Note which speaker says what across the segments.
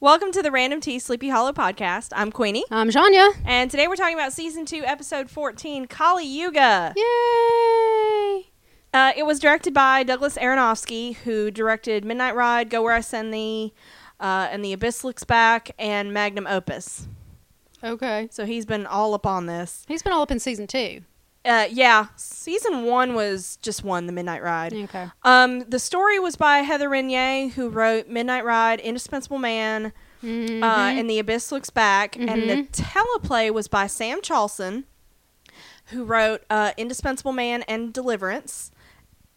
Speaker 1: Welcome to the Random Tea Sleepy Hollow podcast. I'm Queenie,
Speaker 2: I'm Janya.
Speaker 1: and today we're talking about season two, episode 14, Kali Yuga.
Speaker 2: Yay!
Speaker 1: Uh, it was directed by Douglas Aronofsky, who directed Midnight Ride, Go Where I Send Thee, uh, and The Abyss Looks Back, and Magnum Opus.
Speaker 2: Okay.
Speaker 1: So he's been all up on this.
Speaker 2: He's been all up in season two.
Speaker 1: Uh, yeah, season one was just one, The Midnight Ride.
Speaker 2: Okay.
Speaker 1: Um, the story was by Heather Renier, who wrote Midnight Ride, Indispensable Man,
Speaker 2: Mm-hmm.
Speaker 1: uh, and The Abyss Looks Back. And the
Speaker 2: Mhm.
Speaker 1: teleplay was by Sam Charlson, who wrote uh, Indispensable Man and Deliverance,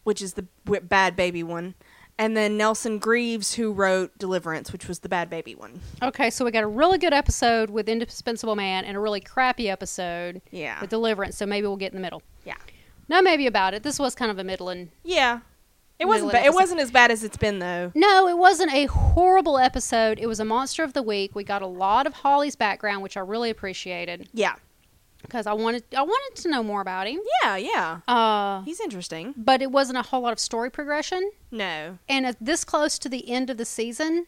Speaker 1: which is the w- bad baby one. And then Nelson Greaves, who wrote Deliverance, which was the bad baby one.
Speaker 2: okay, so we got a really good episode with Indispensable Man and a really crappy episode
Speaker 1: Yeah.
Speaker 2: with Deliverance, so maybe we'll get in the middle.
Speaker 1: Yeah.
Speaker 2: No, maybe about it. This was kind of a middling.
Speaker 1: yeah. It
Speaker 2: Middle
Speaker 1: wasn't,
Speaker 2: of
Speaker 1: ba- it
Speaker 2: episode.
Speaker 1: wasn't as bad as it's been, though.
Speaker 2: No, it wasn't a horrible episode. It was a monster of the week. We got a lot of Holly's background, which I really appreciated
Speaker 1: Yeah.
Speaker 2: because I wanted I wanted to know more about him.
Speaker 1: Yeah, yeah.
Speaker 2: Uh,
Speaker 1: He's interesting.
Speaker 2: but it wasn't a whole lot of story progression.
Speaker 1: No.
Speaker 2: And at this close to the end of the season,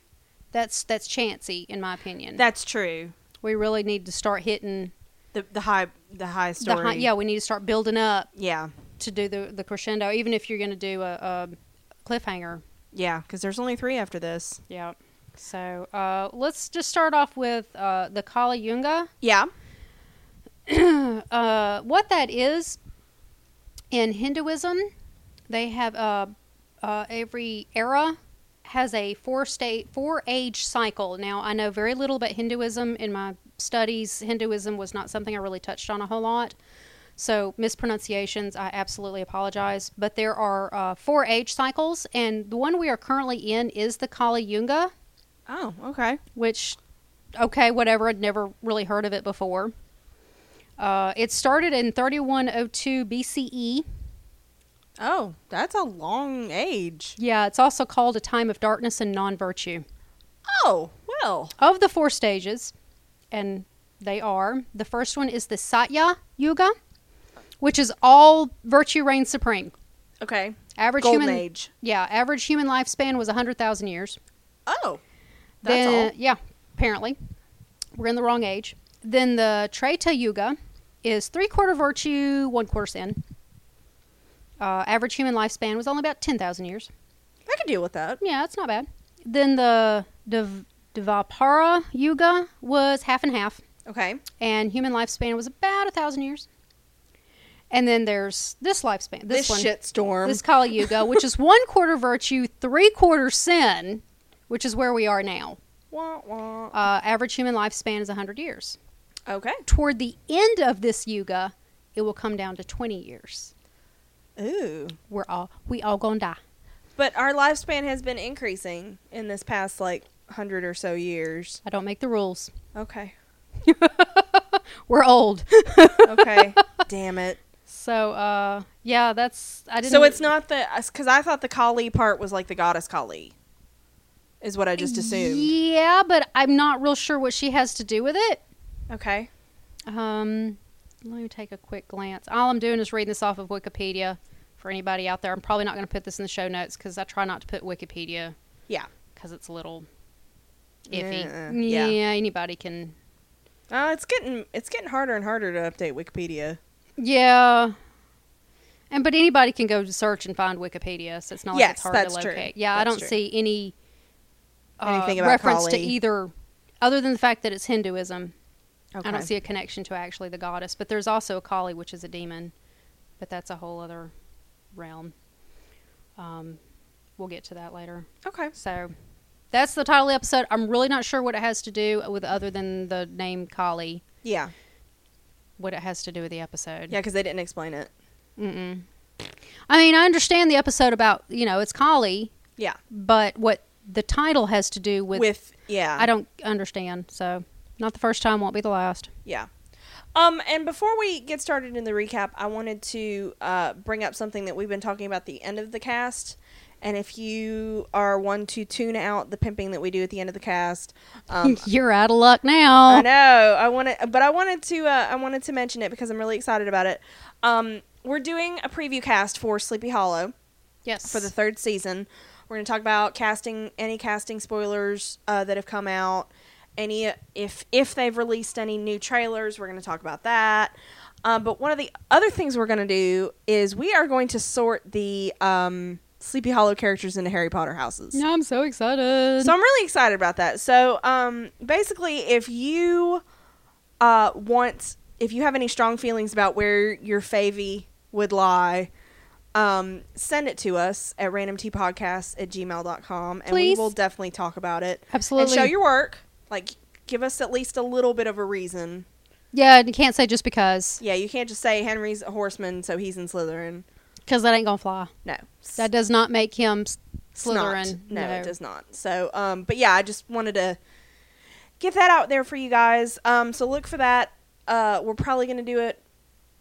Speaker 2: that's that's chancy in my opinion.
Speaker 1: That's true.
Speaker 2: we really need to start hitting
Speaker 1: The, the high the high
Speaker 2: the
Speaker 1: story.
Speaker 2: high, yeah we need to start building up
Speaker 1: Yeah.
Speaker 2: to do the, the crescendo even if you're going to do a, a cliffhanger
Speaker 1: Yeah. Because there's only three after this.
Speaker 2: yeah so uh, let's just start off with uh, the kali yunga
Speaker 1: Yeah.
Speaker 2: uh, what that is in hinduism they have uh, uh, every era has a four state four age cycle now i know very little about hinduism in my studies hinduism was not something i really touched on a whole lot so mispronunciations i absolutely apologize but there are uh, four age cycles and the one we are currently in is the kali yuga
Speaker 1: Oh, okay.
Speaker 2: which okay whatever i'd never really heard of it before uh, it started in 3102 bce
Speaker 1: Oh, that's a long age.
Speaker 2: yeah it's also called a time of darkness and non-virtue
Speaker 1: Oh, well.
Speaker 2: of the four stages and they are the first one is the satya yuga which is all virtue reigns supreme
Speaker 1: Okay.
Speaker 2: average
Speaker 1: Golden
Speaker 2: human
Speaker 1: age.
Speaker 2: yeah average human lifespan was 100000 years
Speaker 1: Oh. That's
Speaker 2: Then,
Speaker 1: all.
Speaker 2: yeah, apparently. We're in the wrong age. Then the Treta Yuga is three quarter virtue, one quarter sin. Uh, average human lifespan was only about 10,000 years.
Speaker 1: I could deal with that.
Speaker 2: Yeah, that's not bad. Then the Div- Dvapara Yuga was half and half,
Speaker 1: Okay.
Speaker 2: and human lifespan was about 1,000 years. And then there's this lifespan. This, one.
Speaker 1: storm.
Speaker 2: This Kali Yuga, which is one quarter virtue, three quarter sin, which is where we are now.
Speaker 1: Wah, wah.
Speaker 2: Uh, average human lifespan is 100 years.
Speaker 1: Okay.
Speaker 2: Toward the end of this yuga, it will come down to 20 years.
Speaker 1: Ooh.
Speaker 2: We're all we all gonna die.
Speaker 1: But our lifespan has been increasing in this past like 100 or so years.
Speaker 2: I don't make the rules.
Speaker 1: Okay.
Speaker 2: We're old.
Speaker 1: Okay. Damn it.
Speaker 2: So uh, yeah, that's I didn't.
Speaker 1: So it's not the cuz I thought the Kali part was like the goddess Kali. Is what I just assumed.
Speaker 2: Yeah, but I'm not real sure what she has to do with it.
Speaker 1: Okay.
Speaker 2: Um, let me take a quick glance. All I'm doing is reading this off of Wikipedia. For anybody out there, I'm probably not going to put this in the show notes because I try not to put Wikipedia
Speaker 1: Yeah.
Speaker 2: because it's a little iffy.
Speaker 1: Uh,
Speaker 2: yeah.
Speaker 1: yeah.
Speaker 2: anybody can.
Speaker 1: Uh, it's getting it's getting harder and harder to update Wikipedia.
Speaker 2: Yeah, and but anybody can go to search and find Wikipedia, so it's not like
Speaker 1: Yes,
Speaker 2: it's hard
Speaker 1: that's
Speaker 2: to
Speaker 1: true.
Speaker 2: locate. Yeah, I
Speaker 1: That's
Speaker 2: don't
Speaker 1: true.
Speaker 2: see any uh,
Speaker 1: Anything about
Speaker 2: reference to
Speaker 1: Kali.
Speaker 2: either, other than the fact that it's Hinduism.
Speaker 1: Okay.
Speaker 2: I don't see a connection to actually the goddess, but there's also a Kali, which is a demon, but that's a whole other realm. Um, we'll get to that later.
Speaker 1: Okay.
Speaker 2: So that's the title of the episode. I'm really not sure what it has to do with other than the name Kali,
Speaker 1: Yeah.
Speaker 2: what it has to do with the episode.
Speaker 1: Yeah, because they didn't explain it.
Speaker 2: Mm-mm. I mean, I understand the episode about, you know, it's Kali,
Speaker 1: Yeah.
Speaker 2: but what the title has to do with,
Speaker 1: With, yeah.
Speaker 2: I don't understand. So not the first time, won't be the last.
Speaker 1: yeah. Um, and before we get started in the recap, I wanted to uh, bring up something that we've been talking about the end of the cast. And if you are one to tune out the pimping that we do at the end of the cast, um,
Speaker 2: You're out of luck
Speaker 1: I
Speaker 2: now.
Speaker 1: know. I want to, but I wanted to. Uh, I wanted to mention it because I'm really excited about it. Um, we're doing a preview cast for Sleepy Hollow
Speaker 2: Yes.
Speaker 1: for the third season. We're going to talk about casting any casting spoilers uh, that have come out. Any if if they've released any new trailers, we're going to talk about that. Um, but one of the other things we're going to do is we are going to sort the um, Sleepy Hollow characters into Harry Potter houses.
Speaker 2: No, I'm so excited.
Speaker 1: So I'm really excited about that. So um, basically, if you uh, want, if you have any strong feelings about where your favy would lie, um, send it to us at randomtpodcast at gmail.com and
Speaker 2: Please.
Speaker 1: we will definitely talk about it.
Speaker 2: Absolutely.
Speaker 1: And show your work. Like, give us at least a little bit of a reason.
Speaker 2: yeah, you can't say just because,
Speaker 1: Yeah, you can't just say Henry's a horseman, so he's in Slytherin.
Speaker 2: because that ain't gonna fly.
Speaker 1: No.
Speaker 2: That does not make him s-
Speaker 1: It's not.
Speaker 2: Slytherin.
Speaker 1: No, it does not. So, um, but yeah, I just wanted to get that out there for you guys. Um, so look for that. Uh, we're probably gonna do it.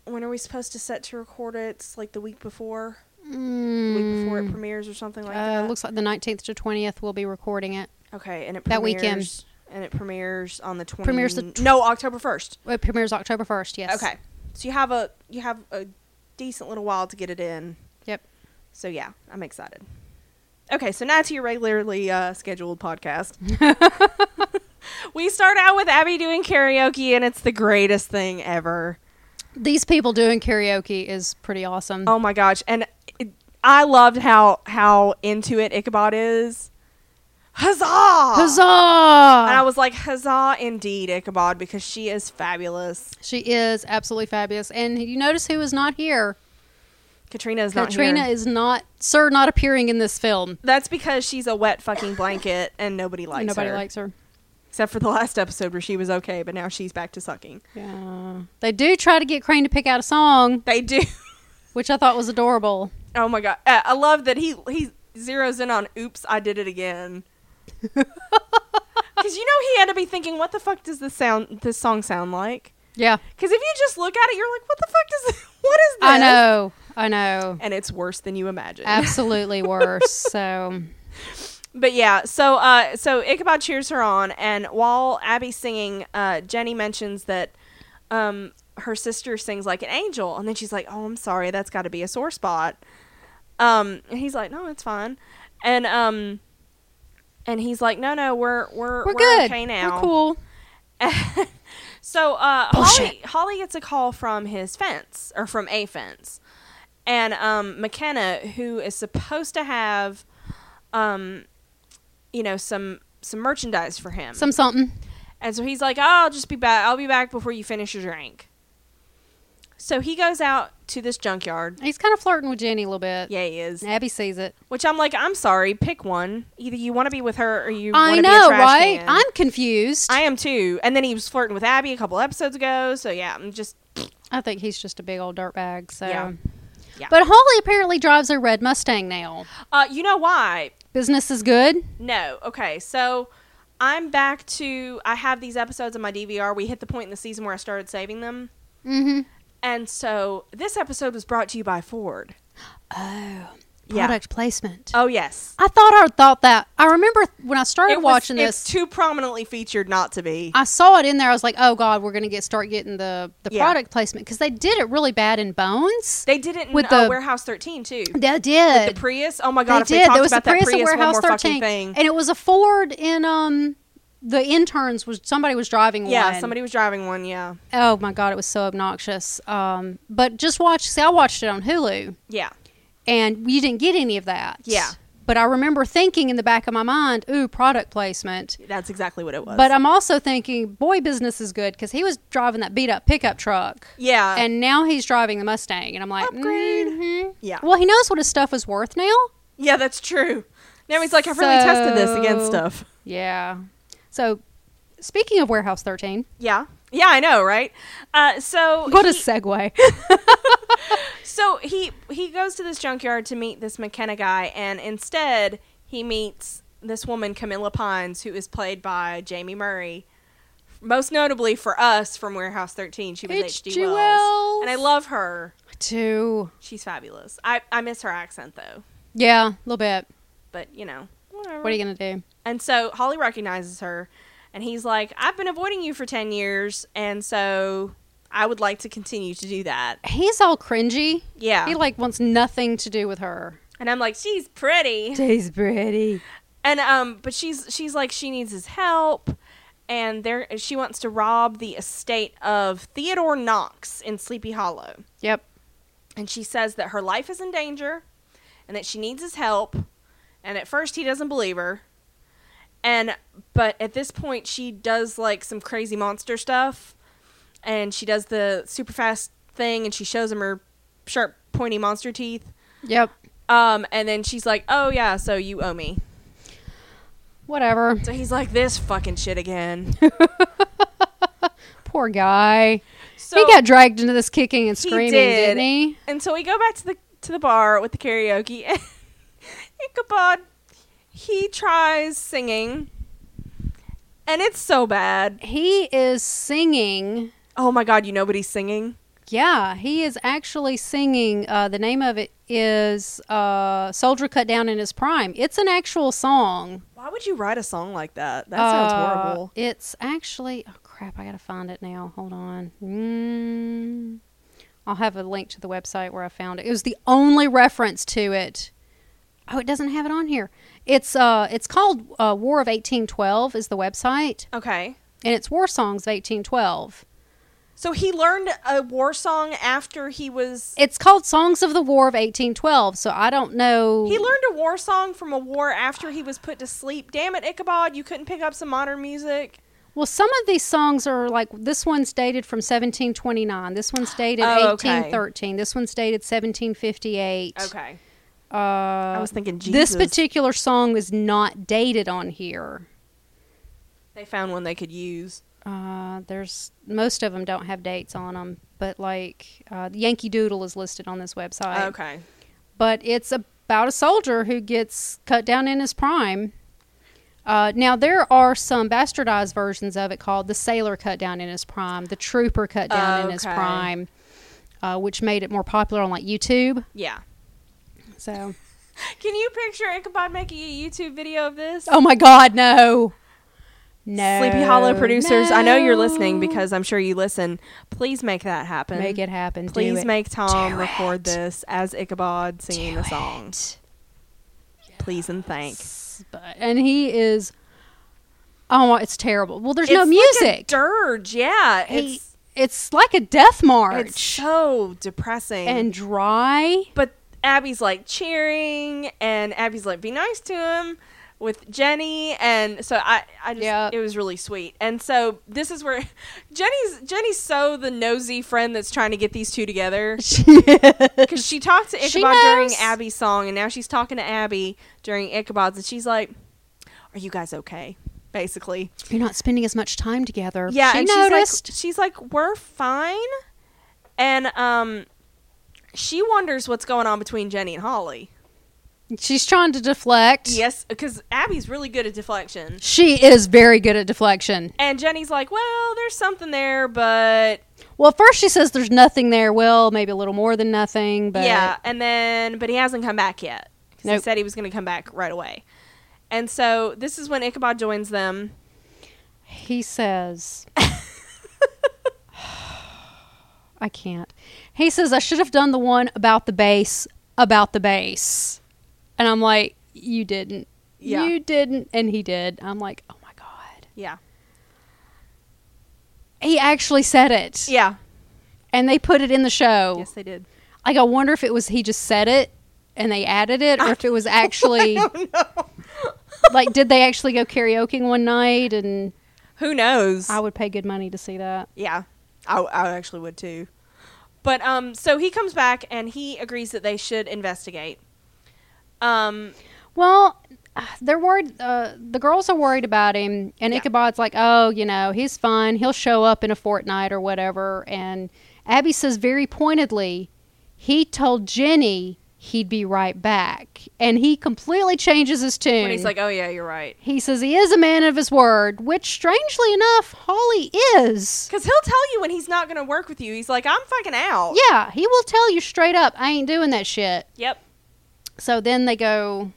Speaker 1: When are we supposed to set to record it? It's like the week before, the week before it
Speaker 2: Mm.
Speaker 1: premieres or something like
Speaker 2: uh,
Speaker 1: that.
Speaker 2: looks like the 19th to 20th we'll be recording it.
Speaker 1: okay, and it premieres,
Speaker 2: that weekend.
Speaker 1: and it premieres on the 20,
Speaker 2: Premieres the tw-
Speaker 1: no October first.
Speaker 2: It premieres October 1st. Yes.
Speaker 1: Okay, so you have a you have a decent little while to get it in.
Speaker 2: Yep.
Speaker 1: So yeah, I'm excited. Okay, so now to your regularly uh, scheduled podcast. we start out with Abby doing karaoke, and it's the greatest thing ever.
Speaker 2: These people doing karaoke is pretty awesome.
Speaker 1: Oh my gosh! And it, I loved how how into it Ichabod is. Huzzah!
Speaker 2: Huzzah!
Speaker 1: And I was like, huzzah indeed, Ichabod, because she is fabulous.
Speaker 2: she is absolutely fabulous. And you notice who is not here?
Speaker 1: Katrina is not
Speaker 2: Katrina
Speaker 1: here.
Speaker 2: is not, sir, not appearing in this film.
Speaker 1: That's because she's a wet fucking blanket, and nobody likes
Speaker 2: Nobody
Speaker 1: her.
Speaker 2: likes her.
Speaker 1: except for the last episode where she was okay, but now she's back to sucking.
Speaker 2: Yeah. They do try to get Crane to pick out a song,
Speaker 1: They do.
Speaker 2: which I thought was adorable.
Speaker 1: Oh my god, uh, I love that he he zeroes in on "Oops, I did it again." Because you know he had to be thinking, "What the fuck does this sound? This song sound like?"
Speaker 2: Yeah.
Speaker 1: Because if you just look at it, you're like, "What the fuck does? What is this?"
Speaker 2: I know. I know.
Speaker 1: And it's worse than you imagine.
Speaker 2: Absolutely worse. So,
Speaker 1: But yeah, so uh, so Ichabod cheers her on, and while Abby's singing, uh, Jenny mentions that um, her sister sings like an angel, and then she's like, "Oh, I'm sorry, that's got to be a sore spot." Um, and he's like, "No, it's fine," and um, and he's like, "No, no, we're we're
Speaker 2: we're, good.
Speaker 1: okay now,
Speaker 2: We're cool.
Speaker 1: so uh, Holly
Speaker 2: Bullshit.
Speaker 1: Holly gets a call from his fence or from a fence, and um, McKenna, who is supposed to have, um, you know, some some merchandise for him,
Speaker 2: Some something.
Speaker 1: and so he's like, oh, "I'll just be back. I'll be back before you finish your drink." So he goes out to this junkyard.
Speaker 2: He's kind of flirting with Jenny a little bit.
Speaker 1: Yeah, he is.
Speaker 2: Abby sees it.
Speaker 1: Which I'm like, I'm sorry. Pick one. Either you want to be with her or you.
Speaker 2: I
Speaker 1: wanna be
Speaker 2: know,
Speaker 1: a trash
Speaker 2: right?
Speaker 1: can.
Speaker 2: I'm confused.
Speaker 1: I
Speaker 2: I,
Speaker 1: am too. And then he was flirting with Abby a couple episodes ago. So yeah, I'm just
Speaker 2: think he's just a big old dirtbag. So,
Speaker 1: Yeah. Yeah.
Speaker 2: but Holly apparently drives a red Mustang now.
Speaker 1: Uh, you know why?
Speaker 2: Business is good.
Speaker 1: No. Okay, so I'm back to I have these episodes on my DVR. We hit the point in the season where I started saving them,
Speaker 2: Mm-hmm.
Speaker 1: and so this episode was brought to you by Ford.
Speaker 2: Oh,
Speaker 1: Yeah.
Speaker 2: product placement.
Speaker 1: Oh yes,
Speaker 2: I thought I thought that. I remember when I started
Speaker 1: was-
Speaker 2: watching
Speaker 1: it's
Speaker 2: this.
Speaker 1: too prominently featured not to be.
Speaker 2: I saw it in there. I was like, "Oh God, we're gonna get start getting the the
Speaker 1: Yeah.
Speaker 2: product placement because they did it really bad in Bones.
Speaker 1: they did it in
Speaker 2: with
Speaker 1: uh,
Speaker 2: the-
Speaker 1: Warehouse 13 too.
Speaker 2: They did.
Speaker 1: The Prius. Oh my god, if
Speaker 2: they
Speaker 1: they
Speaker 2: did.
Speaker 1: talked
Speaker 2: There was
Speaker 1: about
Speaker 2: the
Speaker 1: that
Speaker 2: Prius
Speaker 1: Prius
Speaker 2: at
Speaker 1: one
Speaker 2: Warehouse
Speaker 1: more fucking
Speaker 2: 13,
Speaker 1: thing.
Speaker 2: and it was a Ford. In um, the interns was somebody was driving
Speaker 1: yeah,
Speaker 2: one.
Speaker 1: somebody was driving one. Yeah,
Speaker 2: Oh my god, it was so obnoxious. Um, but just watch. See, I watched it on Hulu,
Speaker 1: yeah.
Speaker 2: and we didn't get any of that.
Speaker 1: Yeah.
Speaker 2: But I remember thinking in the back of my mind, "Ooh, product placement."
Speaker 1: That's exactly what it was.
Speaker 2: But uh, I'm also thinking, boy, business is good because he was driving that beat up pickup truck,
Speaker 1: yeah,
Speaker 2: and now he's driving the Mustang, and I'm like,
Speaker 1: Uh. Upgrade.
Speaker 2: mhm.
Speaker 1: Yeah.
Speaker 2: Well, he knows what his stuff is worth now.
Speaker 1: yeah, that's true. Now he's like, I've really tested this against
Speaker 2: So-
Speaker 1: stuff.
Speaker 2: Yeah. So, speaking of Warehouse 13,
Speaker 1: Yeah. Yeah, I know, right? Uh, so
Speaker 2: what a
Speaker 1: he,
Speaker 2: segue.
Speaker 1: so he he goes to this junkyard to meet this McKenna guy, and instead he meets this woman Camilla Pines, who is played by Jamie Murray, most notably for us from Warehouse 13. She was
Speaker 2: H.G.
Speaker 1: H.G. Wells,
Speaker 2: Wells.
Speaker 1: and I love her.
Speaker 2: Two.
Speaker 1: She's fabulous. I I miss her accent though,
Speaker 2: Yeah, a little bit.
Speaker 1: but you know. whatever.
Speaker 2: What are you going to do?
Speaker 1: And so Holly recognizes her and he's like, I've been avoiding you for 10 years. And so I would like to continue to do that.
Speaker 2: He's all cringy.
Speaker 1: Yeah.
Speaker 2: He like wants nothing to do with her.
Speaker 1: And I'm like, she's pretty.
Speaker 2: She's pretty.
Speaker 1: And um, but she's she's like she needs his help, and there she wants to rob the estate of Theodore Knox in Sleepy Hollow.
Speaker 2: Yep.
Speaker 1: And she says that her life is in danger, and that she needs his help. And at first he doesn't believe her, and but at this point she does like some crazy monster stuff, and she does the super fast thing, and she shows him her sharp pointy monster teeth.
Speaker 2: Yep.
Speaker 1: Um, and then she's like, "Oh yeah, so you owe me."
Speaker 2: Whatever.
Speaker 1: So he's like, "This fucking shit again."
Speaker 2: Poor guy.
Speaker 1: So
Speaker 2: he got dragged into this kicking and
Speaker 1: He
Speaker 2: screaming,
Speaker 1: did.
Speaker 2: did. not he?
Speaker 1: and so we go back to the to the bar with the karaoke, and Ichabod he tries singing, and it's so bad.
Speaker 2: He is singing.
Speaker 1: Oh my god, you know what he's singing?
Speaker 2: Yeah, he is actually singing. Uh, the name of it is uh, "Soldier Cut Down in His Prime." It's an actual song.
Speaker 1: Why would you write a song like that? That sounds
Speaker 2: Uh,
Speaker 1: horrible.
Speaker 2: It's actually oh crap, I gotta find it now. Hold on. Mm, I'll have a link to the website where I found it. It was the only reference to it. Oh, it doesn't have it on here. It's uh, it's called uh, War of eighteen twelve is the website,
Speaker 1: Okay,
Speaker 2: and it's war songs of eighteen twelve.
Speaker 1: so he learned a war song after he was.
Speaker 2: It's called Songs of the War of eighteen twelve. So I don't know.
Speaker 1: He learned a war song from a war after he was put to sleep. Damn it, Ichabod, you couldn't pick up some modern music.
Speaker 2: Well, some of these songs are like this one's dated from 1729. This one's dated
Speaker 1: Oh, okay.
Speaker 2: 1813. This one's dated 1758.
Speaker 1: Okay.
Speaker 2: Uh,
Speaker 1: I was thinking Jesus.
Speaker 2: this particular song is not dated on here.
Speaker 1: they found one they could use.
Speaker 2: Uh, there's most of them don't have dates on them, but like uh, Yankee Doodle is listed on this website.
Speaker 1: Oh, okay.
Speaker 2: But it's about a soldier who gets cut down in his prime. Uh, now there are some bastardized versions of it called the sailor cut down in his prime, the trooper cut down in his
Speaker 1: Okay.
Speaker 2: prime, uh, which made it more popular on like YouTube.
Speaker 1: Yeah.
Speaker 2: So,
Speaker 1: Can you picture Ichabod making a YouTube video of this?
Speaker 2: oh my God, no, no,
Speaker 1: Sleepy Hollow producers, I know you're listening
Speaker 2: no.
Speaker 1: because I'm sure you listen. Please make that happen.
Speaker 2: Make it happen. Do
Speaker 1: Please
Speaker 2: it.
Speaker 1: make Tom
Speaker 2: Do
Speaker 1: record
Speaker 2: it.
Speaker 1: this as Ichabod singing
Speaker 2: Do
Speaker 1: the song.
Speaker 2: it.
Speaker 1: Please and thank.
Speaker 2: S- But, and he is. Oh, it's terrible. Well, there's no
Speaker 1: It's like a
Speaker 2: music.
Speaker 1: dirge, yeah.
Speaker 2: He-
Speaker 1: It's,
Speaker 2: it's like a death march
Speaker 1: it's so depressing.
Speaker 2: and dry.
Speaker 1: but Abby's like cheering, and Abby's like, "Be nice to him." With Jenny, and so I, I just,
Speaker 2: Yeah.
Speaker 1: it was really sweet. And so this is where Jenny's Jenny's so the nosy friend that's trying to get these two together because she talked to
Speaker 2: She
Speaker 1: Ichabod during
Speaker 2: knows.
Speaker 1: Abby's song, and now she's talking to Abby during Ichabod's, and she's like, "Are you guys okay?" Basically,
Speaker 2: You're not spending as much time together.
Speaker 1: yeah,
Speaker 2: she
Speaker 1: and
Speaker 2: noticed.
Speaker 1: She's like, she's like, we're fine, and um, she wonders what's going on between Jenny and Holly.
Speaker 2: she's trying to deflect.
Speaker 1: Yes, because Abby's really good at deflection,
Speaker 2: She is very good at deflection.
Speaker 1: and Jenny's like, well, there's something there, but
Speaker 2: Well, first she says there's nothing there. Well, maybe a little more than nothing, but
Speaker 1: yeah, and then but he hasn't come back yet. 'Cause He
Speaker 2: Nope.
Speaker 1: said he was going to come back right away, and so this is when Ichabod joins them.
Speaker 2: he says I can't. He says I should have done the one about the bass, about the bass. And I'm like, you didn't.
Speaker 1: Yeah.
Speaker 2: You didn't and he did. I'm like, "Oh my god."
Speaker 1: Yeah,
Speaker 2: He actually said it.
Speaker 1: yeah,
Speaker 2: And they put it in the show.
Speaker 1: yes, they did.
Speaker 2: Like I wonder if it was he just said it and they added it, or if it was actually like did they actually go karaoke one night? And
Speaker 1: Who knows?
Speaker 2: I would pay good money to see that.
Speaker 1: Yeah, I, I actually would too. But um, so he comes back and he agrees that they should investigate. Um,
Speaker 2: Well, they're worried. Uh, the girls are worried about him, and
Speaker 1: Yeah.
Speaker 2: Ichabod's like, "Oh, you know, he's fine. He'll show up in a fortnight or whatever." And Abby says very pointedly, "He told Jenny." He'd be right back, and he completely changes his tune.
Speaker 1: when he's like, "Oh yeah, you're right,"
Speaker 2: He says he is a man of his word, which strangely enough, Holly is.
Speaker 1: because he'll tell you when he's not going to work with you. He's like, "I'm fucking out."
Speaker 2: Yeah, he will tell you straight up, I ain't doing that shit.
Speaker 1: Yep.
Speaker 2: So then they go,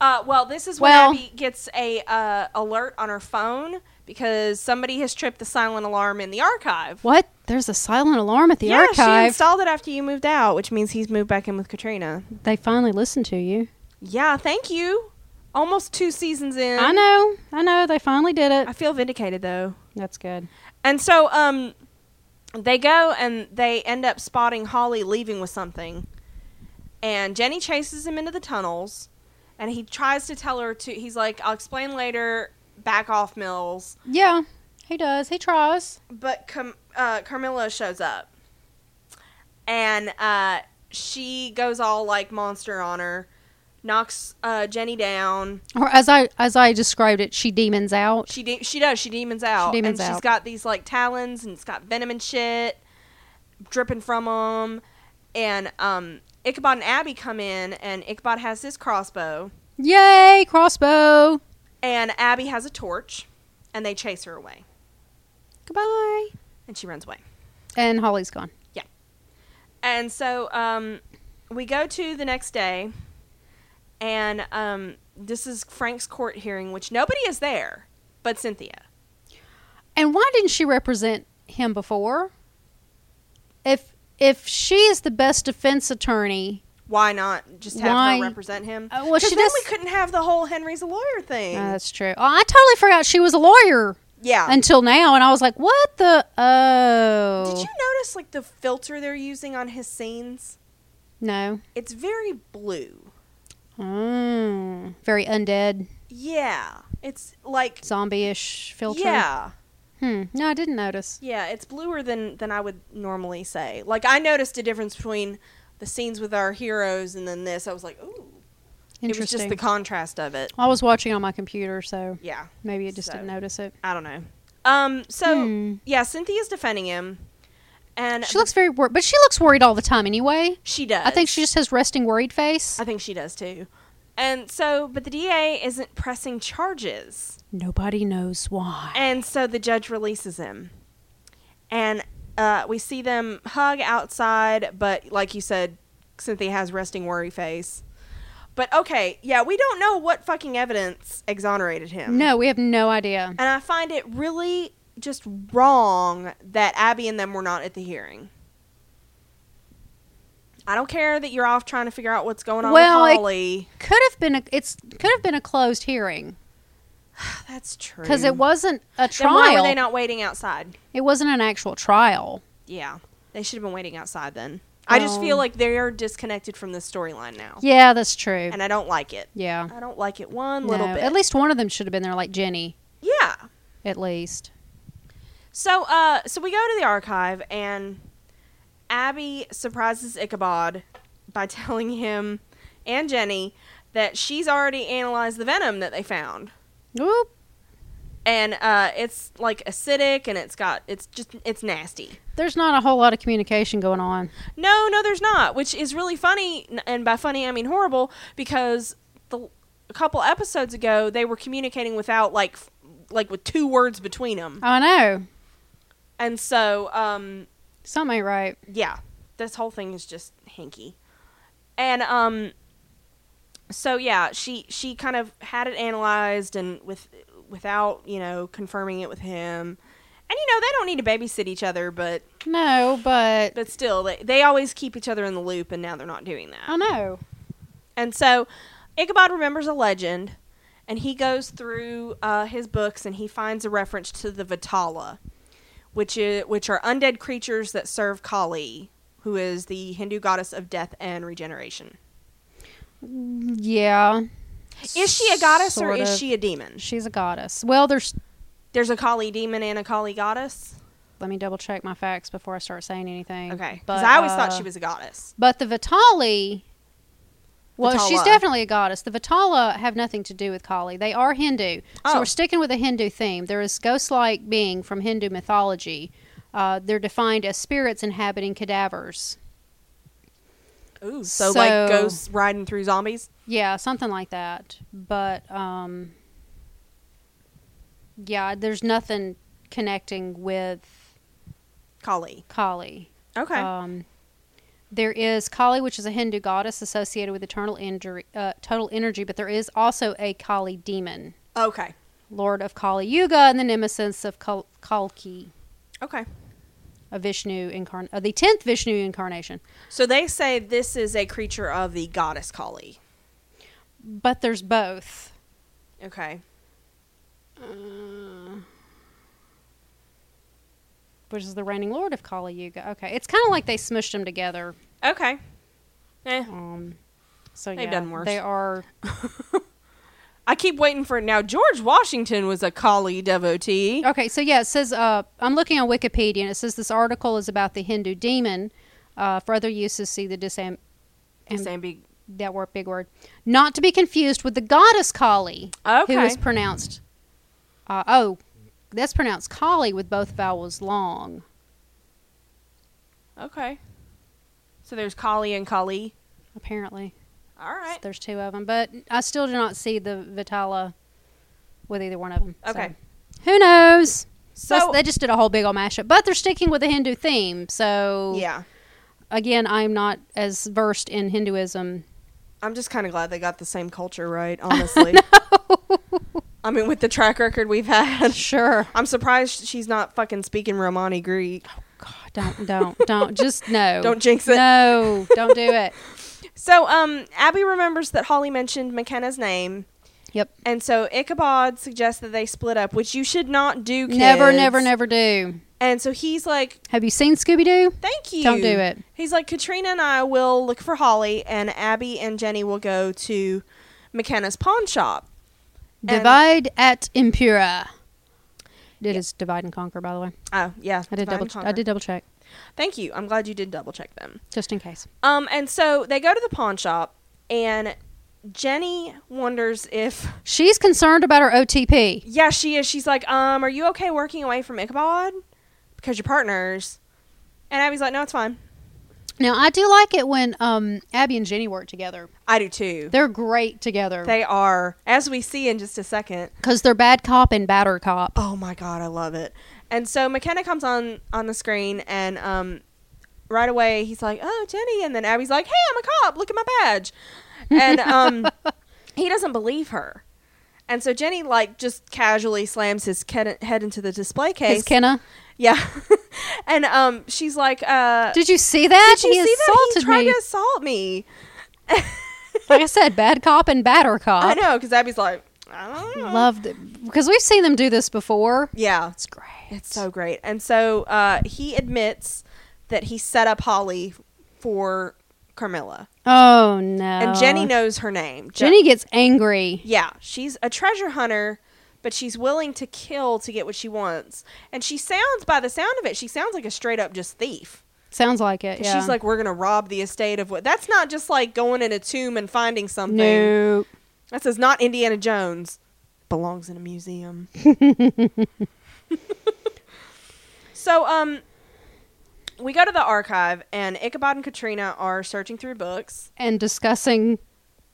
Speaker 1: Uh, well, this is when
Speaker 2: Well-
Speaker 1: Abby gets a uh, alert on her phone because somebody has tripped the silent alarm in the archive.
Speaker 2: What? There's a silent alarm at the
Speaker 1: yeah, she
Speaker 2: archive.
Speaker 1: installed it after you moved out, which means he's moved back in with Katrina.
Speaker 2: they finally listened to you.
Speaker 1: Yeah, thank you. Almost two seasons in.
Speaker 2: I know. I know. They finally did it.
Speaker 1: I feel vindicated though.
Speaker 2: That's good.
Speaker 1: And so um they go and they end up spotting Holly leaving with something. And Jenny chases him into the tunnels and he tries to tell her to he's like, I'll explain later, back off Mills.
Speaker 2: Yeah. He does. He tries.
Speaker 1: But Cam- uh, Carmilla shows up. And uh, she goes all like monster on her, knocks uh, Jenny down.
Speaker 2: Or as I as I described it, she demons out.
Speaker 1: She de- she does. She demons out.
Speaker 2: demons
Speaker 1: and she's
Speaker 2: out.
Speaker 1: got these like talons and it's got venom and shit dripping from them. And um, Ichabod and Abby come in and Ichabod has his crossbow
Speaker 2: Yay, crossbow.
Speaker 1: and Abby has a torch and they chase her away
Speaker 2: Goodbye.
Speaker 1: and she runs away.
Speaker 2: And Holly's gone.
Speaker 1: And so um, we go to the next day and um, this is Frank's court hearing, which nobody is there but Cynthia.
Speaker 2: And why didn't she represent him before? If if she is the best defense attorney,
Speaker 1: Why not just have
Speaker 2: Why-
Speaker 1: her represent him?
Speaker 2: Uh, well,
Speaker 1: 'Cause
Speaker 2: she
Speaker 1: then
Speaker 2: does-
Speaker 1: we couldn't have the whole Henry's a lawyer thing.
Speaker 2: Oh, that's true. Oh, I totally forgot she was a lawyer
Speaker 1: Yeah.
Speaker 2: until now, and I was like, "What the? Oh,
Speaker 1: Did you notice like the filter they're using on his scenes?
Speaker 2: no,
Speaker 1: It's very blue.
Speaker 2: Mm. very undead
Speaker 1: Yeah. It's like
Speaker 2: zombie-ish filter."
Speaker 1: Yeah.
Speaker 2: Hmm. No, I didn't notice.
Speaker 1: Yeah, it's bluer than than I would normally say. Like I noticed a difference between the scenes with our heroes and then this. I was like, "Ooh." It was
Speaker 2: Interesting.
Speaker 1: just the contrast of it.
Speaker 2: I was watching on my computer, so
Speaker 1: Yeah.
Speaker 2: maybe it just
Speaker 1: So-
Speaker 2: didn't notice it.
Speaker 1: I don't know. Um so
Speaker 2: Hmm.
Speaker 1: yeah, Cynthia's defending him. And
Speaker 2: She looks very worried, but she looks worried all the time anyway.
Speaker 1: she does.
Speaker 2: I think she just has resting worried face.
Speaker 1: Uh, I think she does too. And so, but the DA isn't pressing charges.
Speaker 2: Nobody knows why.
Speaker 1: And so the judge releases him. And uh, we see them hug outside, but like you said, Cynthia has resting worry face. But okay, yeah, we don't know what fucking evidence exonerated him.
Speaker 2: No, we have no idea.
Speaker 1: And I find it really just wrong that Abby and them were not at the hearing. I don't care that you're off trying to figure out what's going on
Speaker 2: Well, it-
Speaker 1: with Holly.
Speaker 2: Could have been a it's could have been a closed hearing
Speaker 1: That's true.
Speaker 2: because it wasn't a
Speaker 1: Then why were
Speaker 2: trial.
Speaker 1: they not waiting outside?
Speaker 2: it wasn't an actual trial.
Speaker 1: Yeah. They should have been waiting outside then. I just feel
Speaker 2: Oh.
Speaker 1: like they are disconnected from this storyline now.
Speaker 2: Yeah, that's true.
Speaker 1: And I don't like it.
Speaker 2: yeah.
Speaker 1: I don't like it one little
Speaker 2: No,
Speaker 1: bit.
Speaker 2: At least one of them should have been there, like Jenny.
Speaker 1: Yeah.
Speaker 2: At least.
Speaker 1: So uh so we go to the archive and Abby surprises Ichabod by telling him and Jenny that she's already analyzed the venom that they found.
Speaker 2: Oop.
Speaker 1: And uh it's like acidic and it's got it's just it's nasty.
Speaker 2: There's not a whole lot of communication going on.
Speaker 1: No, no, there's not. Which is really funny, n- and by funny I mean horrible, because the a couple episodes ago they were communicating without like f- like with two words between them,
Speaker 2: I know.
Speaker 1: and so um
Speaker 2: Something ain't right.
Speaker 1: yeah, this whole thing is just hinky, and um so yeah, she she kind of had it analyzed and with without you know confirming it with him. And you know they don't need to babysit each other, but
Speaker 2: No, but
Speaker 1: but still they, they always keep each other in the loop, and now they're not doing that.
Speaker 2: I know.
Speaker 1: And so Ichabod remembers a legend and he goes through uh, his books and he finds a reference to the Vitala, which, i which are undead creatures that serve Kali, who is the Hindu goddess of death and regeneration.
Speaker 2: Yeah.
Speaker 1: Is she a goddess or
Speaker 2: Sort
Speaker 1: is
Speaker 2: of.
Speaker 1: she a demon?
Speaker 2: She's a goddess. Well, there's.
Speaker 1: There's a Kali demon and a Kali goddess.
Speaker 2: Let me double check my facts before I start saying anything.
Speaker 1: Okay. Because
Speaker 2: But
Speaker 1: I always thought
Speaker 2: uh,
Speaker 1: she was a goddess.
Speaker 2: But the Vitali. Well, she's
Speaker 1: Vitala.
Speaker 2: definitely a goddess. The Vitala have nothing to do with Kali. They are Hindu.
Speaker 1: Oh.
Speaker 2: uh, So we're sticking with a Hindu theme. There is ghost like being from Hindu mythology. Uh, they're defined as spirits inhabiting cadavers.
Speaker 1: Ooh, so,
Speaker 2: so-
Speaker 1: like ghosts riding through zombies?
Speaker 2: Yeah, something like that. But um, yeah, there's nothing connecting with
Speaker 1: Kali.
Speaker 2: Kali.
Speaker 1: Okay.
Speaker 2: Um, There is Kali, which is a Hindu goddess associated with eternal injury, uh, total energy, but there is also a Kali demon,
Speaker 1: Okay.
Speaker 2: lord of Kali Yuga and the nemesis of Kal- Kalki,
Speaker 1: Okay.
Speaker 2: a Vishnu incarn, uh, the tenth Vishnu incarnation.
Speaker 1: So they say this is a creature of the goddess Kali.
Speaker 2: But there's both.
Speaker 1: Okay.
Speaker 2: Uh, which is the reigning lord of Kali Yuga. Okay, it's kind of like they smushed them together.
Speaker 1: Okay. Eh,
Speaker 2: Um, so
Speaker 1: They've
Speaker 2: yeah,
Speaker 1: done worse.
Speaker 2: they are.
Speaker 1: I keep waiting for it now. George Washington was a Kali devotee.
Speaker 2: Okay, so yeah, it says uh, I'm looking on Wikipedia, and it says this article is about the Hindu demon. Uh, for other uses, see the disam.
Speaker 1: His
Speaker 2: am-
Speaker 1: name be-
Speaker 2: that word, big word, not to be confused with the goddess Kali, who
Speaker 1: Okay.
Speaker 2: is pronounced. Uh, oh, that's pronounced Kali with both vowels long.
Speaker 1: Okay. So there's Kali and Kali.
Speaker 2: Apparently,
Speaker 1: All
Speaker 2: So
Speaker 1: right.
Speaker 2: there's two of them, but I still do not see the Vitala with either one of them.
Speaker 1: Okay.
Speaker 2: who knows? Plus,
Speaker 1: So
Speaker 2: they just did a whole big old mashup, but they're sticking with the Hindu theme. So
Speaker 1: yeah,
Speaker 2: again, I'm not as versed in Hinduism.
Speaker 1: I'm just kind of glad they got the same culture right. Honestly, I mean, with the track record we've had,
Speaker 2: Sure.
Speaker 1: I'm surprised she's not fucking speaking Romani Greek.
Speaker 2: God, don't, don't, don't. Just no.
Speaker 1: Don't jinx it.
Speaker 2: No, don't do it.
Speaker 1: So, um, Abby remembers that Holly mentioned McKenna's name,
Speaker 2: Yep.
Speaker 1: and so Ichabod suggests that they split up, which you should not do. Kids.
Speaker 2: Never, never, never do.
Speaker 1: And so he's like,
Speaker 2: Have you seen Scooby Doo?
Speaker 1: Thank you.
Speaker 2: Don't do it.
Speaker 1: He's like, Katrina and I will look for Holly, and Abby and Jenny will go to McKenna's pawn shop. And-
Speaker 2: Divide at Impura. It is divide and conquer, by the way.
Speaker 1: Oh, yeah.
Speaker 2: I did
Speaker 1: divide
Speaker 2: double.
Speaker 1: and
Speaker 2: I
Speaker 1: conquer.
Speaker 2: did double check,
Speaker 1: Thank you. I'm glad you did double check them.
Speaker 2: just in case.
Speaker 1: Um, and so they go to the pawn shop, and Jenny wonders if.
Speaker 2: She's concerned about her OTP.
Speaker 1: Yeah, she is. She's like, um, are you okay working away from Ichabod? Because you're partners. And Abby's like, no, it's fine.
Speaker 2: Now, I do like it when um, Abby and Jenny work together.
Speaker 1: I do too.
Speaker 2: They're great together
Speaker 1: They are, as we see in just a second,
Speaker 2: because they're bad cop and batter cop.
Speaker 1: Oh my god, I love it. And so McKenna comes on on the screen and um right away he's like, "Oh, Jenny." And then Abby's like, "Hey, I'm a cop. Look at my badge." And um he doesn't believe her. And so Jenny like just casually slams his ke- head into the display case.
Speaker 2: Is Kenna?
Speaker 1: yeah. and um she's like, "Uh
Speaker 2: Did you see that?
Speaker 1: did you
Speaker 2: he
Speaker 1: see that?
Speaker 2: assaulted
Speaker 1: He tried
Speaker 2: me.
Speaker 1: to assault me."
Speaker 2: like I said, bad cop and batter cop.
Speaker 1: I know cuz Abby's like, "I don't know."
Speaker 2: Loved it because we've seen them do this before.
Speaker 1: yeah.
Speaker 2: It's great.
Speaker 1: It's so great. And so uh, he admits that he set up Holly for Carmilla.
Speaker 2: Oh no.
Speaker 1: And Jenny knows her name. Je-
Speaker 2: Jenny gets angry.
Speaker 1: Yeah, she's a treasure hunter, but she's willing to kill to get what she wants. And she sounds, by the sound of it, she sounds like a straight up just thief.
Speaker 2: Sounds like it.
Speaker 1: 'Cause
Speaker 2: Yeah.
Speaker 1: She's like, we're going to rob the estate of what. That's not just like going in a tomb and finding something.
Speaker 2: no.
Speaker 1: That says not Indiana Jones. Belongs in a museum. so, um, we go to the archive, and Ichabod and Katrina are searching through books.
Speaker 2: And discussing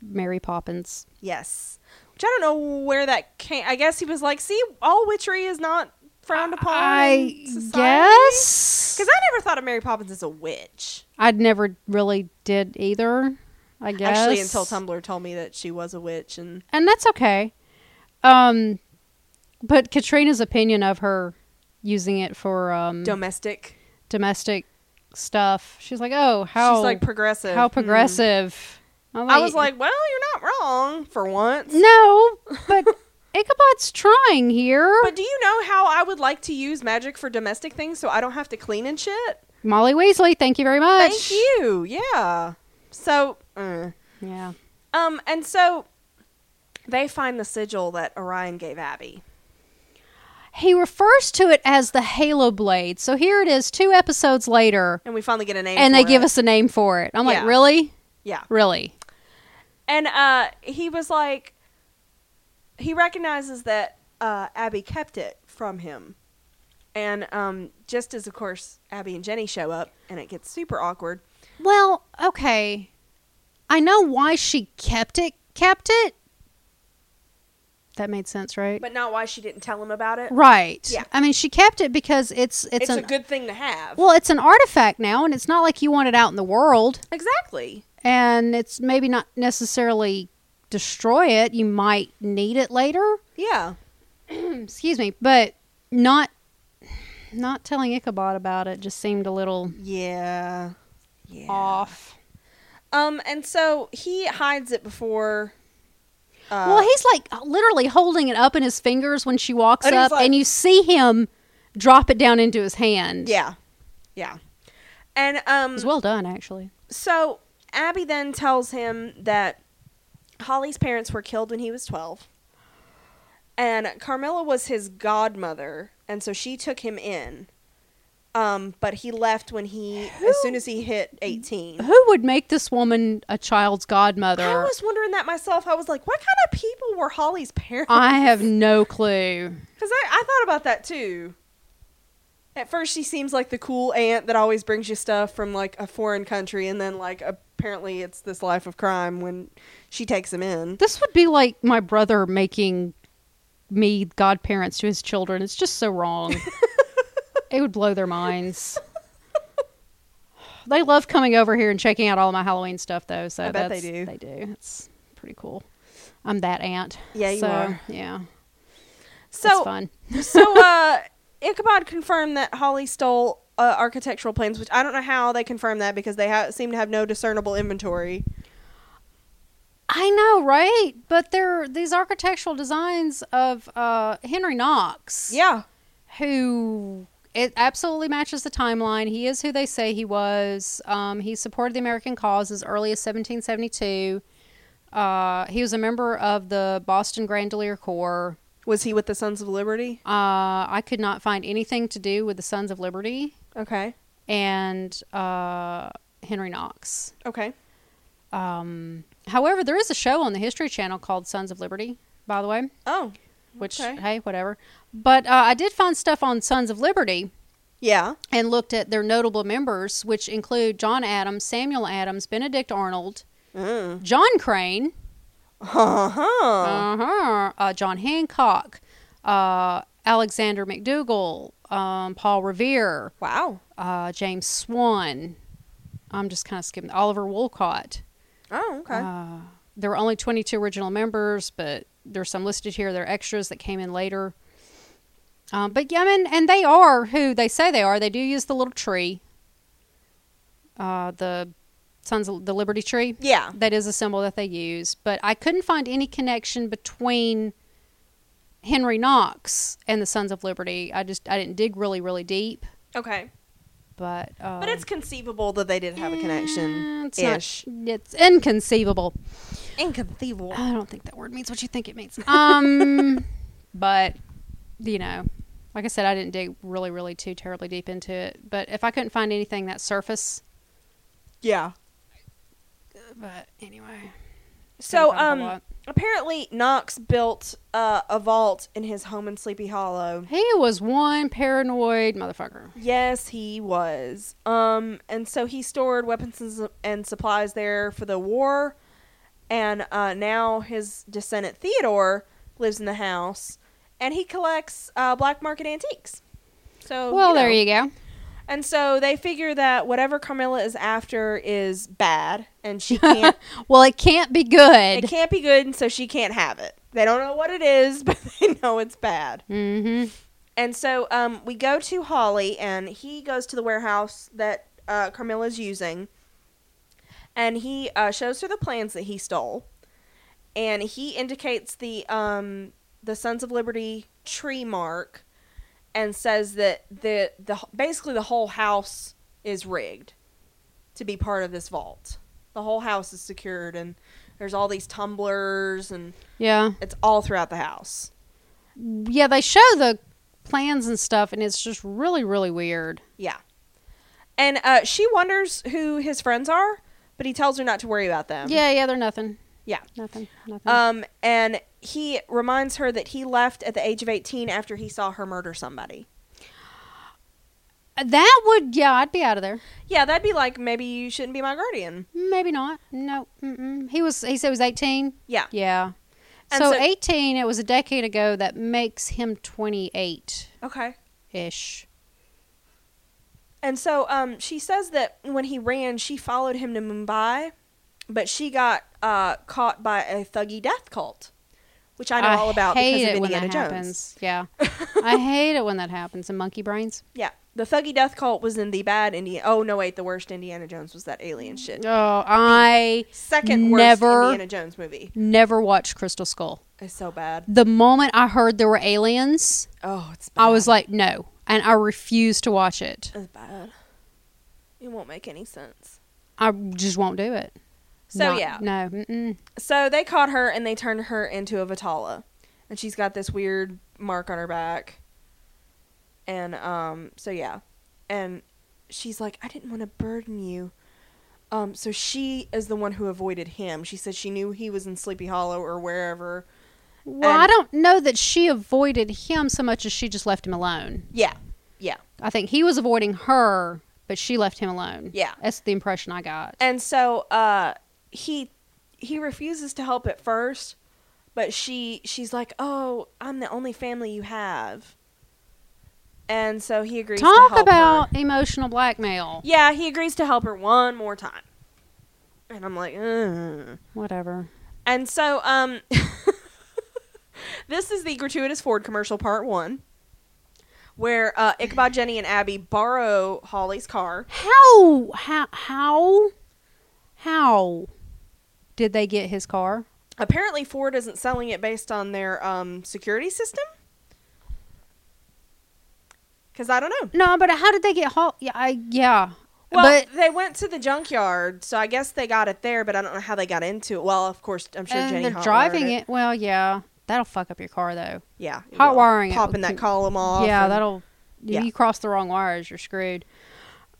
Speaker 2: Mary Poppins.
Speaker 1: Yes, which I don't know where that came. I guess he was like, "See, all witchery is not frowned upon."
Speaker 2: I
Speaker 1: in society."
Speaker 2: guess.
Speaker 1: Because I never thought of Mary Poppins as a witch.
Speaker 2: I'd never really did either. I guess.
Speaker 1: Actually, until Tumblr told me that she was a witch, and
Speaker 2: And that's okay. Um, but Katrina's opinion of her using it for um
Speaker 1: domestic.
Speaker 2: domestic stuff. She's like, oh, how
Speaker 1: She's like progressive.
Speaker 2: how
Speaker 1: Hmm.
Speaker 2: progressive. I'm
Speaker 1: I was like, well, you're not wrong for once.
Speaker 2: no, but Ichabod's trying here.
Speaker 1: But do you know how I would like to use magic for domestic things so I don't have to clean and shit?
Speaker 2: Molly Weasley, thank you very much.
Speaker 1: Thank you. Yeah. So, uh,
Speaker 2: Yeah.
Speaker 1: um, and so they find the sigil that Orion gave Abby.
Speaker 2: He refers to it as the Halo Blade. So here it is, two episodes later,
Speaker 1: And we finally get a name.
Speaker 2: and they
Speaker 1: for
Speaker 2: give
Speaker 1: it.
Speaker 2: us a name for it. I'm
Speaker 1: Yeah.
Speaker 2: like, really,
Speaker 1: Yeah.
Speaker 2: really?
Speaker 1: And uh, he was like, he recognizes that uh, Abby kept it from him. And um, just as, of course, Abby and Jenny show up and it gets super awkward.
Speaker 2: Well, okay. I know why she kept it. Kept it That made sense, right?
Speaker 1: but not why she didn't tell him about it.
Speaker 2: right.
Speaker 1: Yeah.
Speaker 2: I mean, she kept it because it's it's,
Speaker 1: It's,
Speaker 2: an
Speaker 1: a good thing to have.
Speaker 2: well, it's an artifact now, and it's not like you want it out in the world.
Speaker 1: exactly.
Speaker 2: and it's maybe not necessarily destroy it. You might need it later.
Speaker 1: Yeah. Hmm.
Speaker 2: Excuse me, but not not telling Ichabod about it just seemed a little
Speaker 1: Yeah. Yeah.
Speaker 2: off.
Speaker 1: Um, and so he hides it before. Uh,
Speaker 2: well, he's like literally holding it up in his fingers when she walks
Speaker 1: And he's
Speaker 2: up,
Speaker 1: like-
Speaker 2: and you see him drop it down into his hand.
Speaker 1: yeah, yeah, and
Speaker 2: it
Speaker 1: um,
Speaker 2: was well done actually.
Speaker 1: so Abby then tells him that Holly's parents were killed when he was 12. And Carmilla was his godmother, and so she took him in. Um, but he left when he as soon as he hit 18.
Speaker 2: Who would make this woman a child's godmother?
Speaker 1: I was wondering that myself. I was like, what kind of people were Holly's parents?
Speaker 2: I have no clue.
Speaker 1: Because I, I thought about that too. At first, she seems like the cool aunt that always brings you stuff from like a foreign country, and then like apparently it's this life of crime when she takes him in.
Speaker 2: This would be like my brother making me godparents to his children. It's just so wrong. it would blow their minds. They love coming over here and checking out all my Halloween stuff, though. So
Speaker 1: I bet
Speaker 2: that's-
Speaker 1: they do.
Speaker 2: They do. It's pretty cool. I'm that aunt.
Speaker 1: Yeah, you
Speaker 2: so,
Speaker 1: are.
Speaker 2: Yeah. that's
Speaker 1: So,
Speaker 2: fun.
Speaker 1: so uh, Ichabod confirmed that Holly stole uh, architectural plans, which I don't know how they confirmed that because they ha- seem to have no discernible inventory.
Speaker 2: I know, right? But they're these architectural designs of uh, Henry Knox.
Speaker 1: Yeah,
Speaker 2: who it absolutely matches the timeline. He is who they say he was. Um, he supported the American cause as early as 1772. Uh, he was a member of the Boston Grandelier Corps.
Speaker 1: was he with the Sons of Liberty?
Speaker 2: Uh, I could not find anything to do with the Sons of Liberty
Speaker 1: Okay,
Speaker 2: and uh, Henry Knox.
Speaker 1: okay.
Speaker 2: Um, however, there is a show on the History Channel called Sons of Liberty, by the way,
Speaker 1: Oh,
Speaker 2: which,
Speaker 1: Okay.
Speaker 2: hey, whatever. But uh, I did find stuff on Sons of Liberty.
Speaker 1: yeah.
Speaker 2: and looked at their notable members, which include John Adams, Samuel Adams, Benedict Arnold,
Speaker 1: Mm.
Speaker 2: John Crane,
Speaker 1: Uh-huh.
Speaker 2: uh-huh, uh, John Hancock, uh, Alexander McDougall, um, Paul Revere,
Speaker 1: Wow.
Speaker 2: uh, James Swan. I'm just kind of skipping Oliver Wolcott.
Speaker 1: Oh, okay.
Speaker 2: Uh, there were only 22 original members, but there's some listed here. There are extras that came in later. Um, but yeah, I mean, and they are who they say they are. They do use the little tree, uh, the Sons of the Liberty tree.
Speaker 1: yeah.
Speaker 2: That is a symbol that they use. But I couldn't find any connection between Henry Knox and the Sons of Liberty. I just I didn't dig really really deep.
Speaker 1: Okay.
Speaker 2: But uh,
Speaker 1: But it's conceivable that they did have a
Speaker 2: eh,
Speaker 1: connection.
Speaker 2: It's, not-
Speaker 1: ish.
Speaker 2: it's inconceivable.
Speaker 1: Inconceivable.
Speaker 2: I don't think that word means what you think it means. Um, but you know, like I said, I didn't dig really, really too terribly deep into it. But if I couldn't find anything that surface,
Speaker 1: Yeah.
Speaker 2: but anyway.
Speaker 1: So
Speaker 2: couldn't find a whole
Speaker 1: um
Speaker 2: lot.
Speaker 1: apparently Knox built uh, a vault in his home in Sleepy Hollow.
Speaker 2: he was one paranoid motherfucker.
Speaker 1: Yes, he was. Um and so he stored weapons and, su- and supplies there for the war and uh now his descendant Theodore lives in the house and he collects uh black market antiques. So
Speaker 2: Well,
Speaker 1: know.
Speaker 2: there you go.
Speaker 1: And so they figure that whatever Carmilla is after is bad, and she can't.
Speaker 2: Well, it can't be good.
Speaker 1: it can't be good, and so she can't have it. They don't know what it is, but they know it's bad.
Speaker 2: Mm-hmm.
Speaker 1: And so um, we go to Holly, and he goes to the warehouse that uh, Carmilla's using, and he uh, shows her the plans that he stole, and he indicates the um, the Sons of Liberty tree mark, and says that the the basically the whole house is rigged to be part of this vault. The whole house is secured, and there's all these tumblers, and
Speaker 2: Yeah,
Speaker 1: it's all throughout the house.
Speaker 2: yeah. They show the plans and stuff, and it's just really, really weird.
Speaker 1: Yeah. And uh, she wonders who his friends are, but he tells her not to worry about them.
Speaker 2: Yeah, Mm-hmm. yeah. They're nothing.
Speaker 1: Yeah.
Speaker 2: Nothing. Nothing.
Speaker 1: Um, and he reminds her that he left at the age of 18 after he saw her murder somebody.
Speaker 2: that would. Yeah, I'd be out of there.
Speaker 1: Yeah, that'd be like, maybe you shouldn't be my guardian.
Speaker 2: Maybe not. No. Mm-mm. He was. He said he was eighteen.
Speaker 1: Yeah.
Speaker 2: Yeah.
Speaker 1: And
Speaker 2: so,
Speaker 1: so-
Speaker 2: 18, it was a decade ago. That makes him 28
Speaker 1: Okay.
Speaker 2: ish.
Speaker 1: And so um, she says that when he ran, she followed him to Mumbai, but she got uh, caught by a thuggy death cult, which I know all about because of Indiana Jones.
Speaker 2: happens. Yeah, I hate it when that happens. And monkey brains.
Speaker 1: Yeah. The thuggy death cult was in the bad Indiana. Oh, no, wait. The worst Indiana Jones was that alien shit.
Speaker 2: Oh, I
Speaker 1: Second worst
Speaker 2: Never.
Speaker 1: Indiana Jones movie.
Speaker 2: never watched Crystal Skull.
Speaker 1: It's so bad.
Speaker 2: The moment I heard there were aliens,
Speaker 1: Oh, it's bad.
Speaker 2: I was like, no, and I refused to watch it.
Speaker 1: It's bad. It won't make any sense.
Speaker 2: I just won't do it.
Speaker 1: So,
Speaker 2: Not-
Speaker 1: yeah.
Speaker 2: no. Mm-mm.
Speaker 1: So they caught her and they turned her into a Vitala. And she's got this weird mark on her back. And um so yeah. And she's like, I didn't want to burden you. Um so she is the one who avoided him. She said she knew he was in Sleepy Hollow or wherever.
Speaker 2: Well, I
Speaker 1: And-
Speaker 2: don't know that she avoided him so much as she just left him alone.
Speaker 1: Yeah. Yeah.
Speaker 2: I think he was avoiding her, but she left him alone.
Speaker 1: Yeah.
Speaker 2: That's the impression I got.
Speaker 1: And so uh he he refuses to help at first, but she she's like, "Oh, I'm the only family you have." And so he agrees to help
Speaker 2: Talk
Speaker 1: her.
Speaker 2: about emotional blackmail.
Speaker 1: Yeah, he agrees to help her one more time. And I'm like, Ugh.
Speaker 2: Whatever.
Speaker 1: and so um, this is the gratuitous Ford commercial part one, where uh, Ichabod, Jenny, and Abby borrow Holly's car.
Speaker 2: How how how how did they get his car?
Speaker 1: Apparently, Ford isn't selling it based on their um, security system. Because I don't know.
Speaker 2: No, but how did they get Hall? Yeah, I, yeah.
Speaker 1: Well,
Speaker 2: but
Speaker 1: they went to the junkyard, so I guess they got it there. But I don't know how they got into it. Well, of course, I'm sure
Speaker 2: and
Speaker 1: Jenny
Speaker 2: they're
Speaker 1: hot-wired
Speaker 2: driving it. Well, yeah, that'll fuck up your car though.
Speaker 1: Yeah, it
Speaker 2: Hot
Speaker 1: will.
Speaker 2: wiring it
Speaker 1: popping
Speaker 2: will
Speaker 1: that
Speaker 2: keep-
Speaker 1: column off.
Speaker 2: yeah,
Speaker 1: and-
Speaker 2: that'll. if
Speaker 1: Yeah.
Speaker 2: You cross the wrong wires, you're screwed.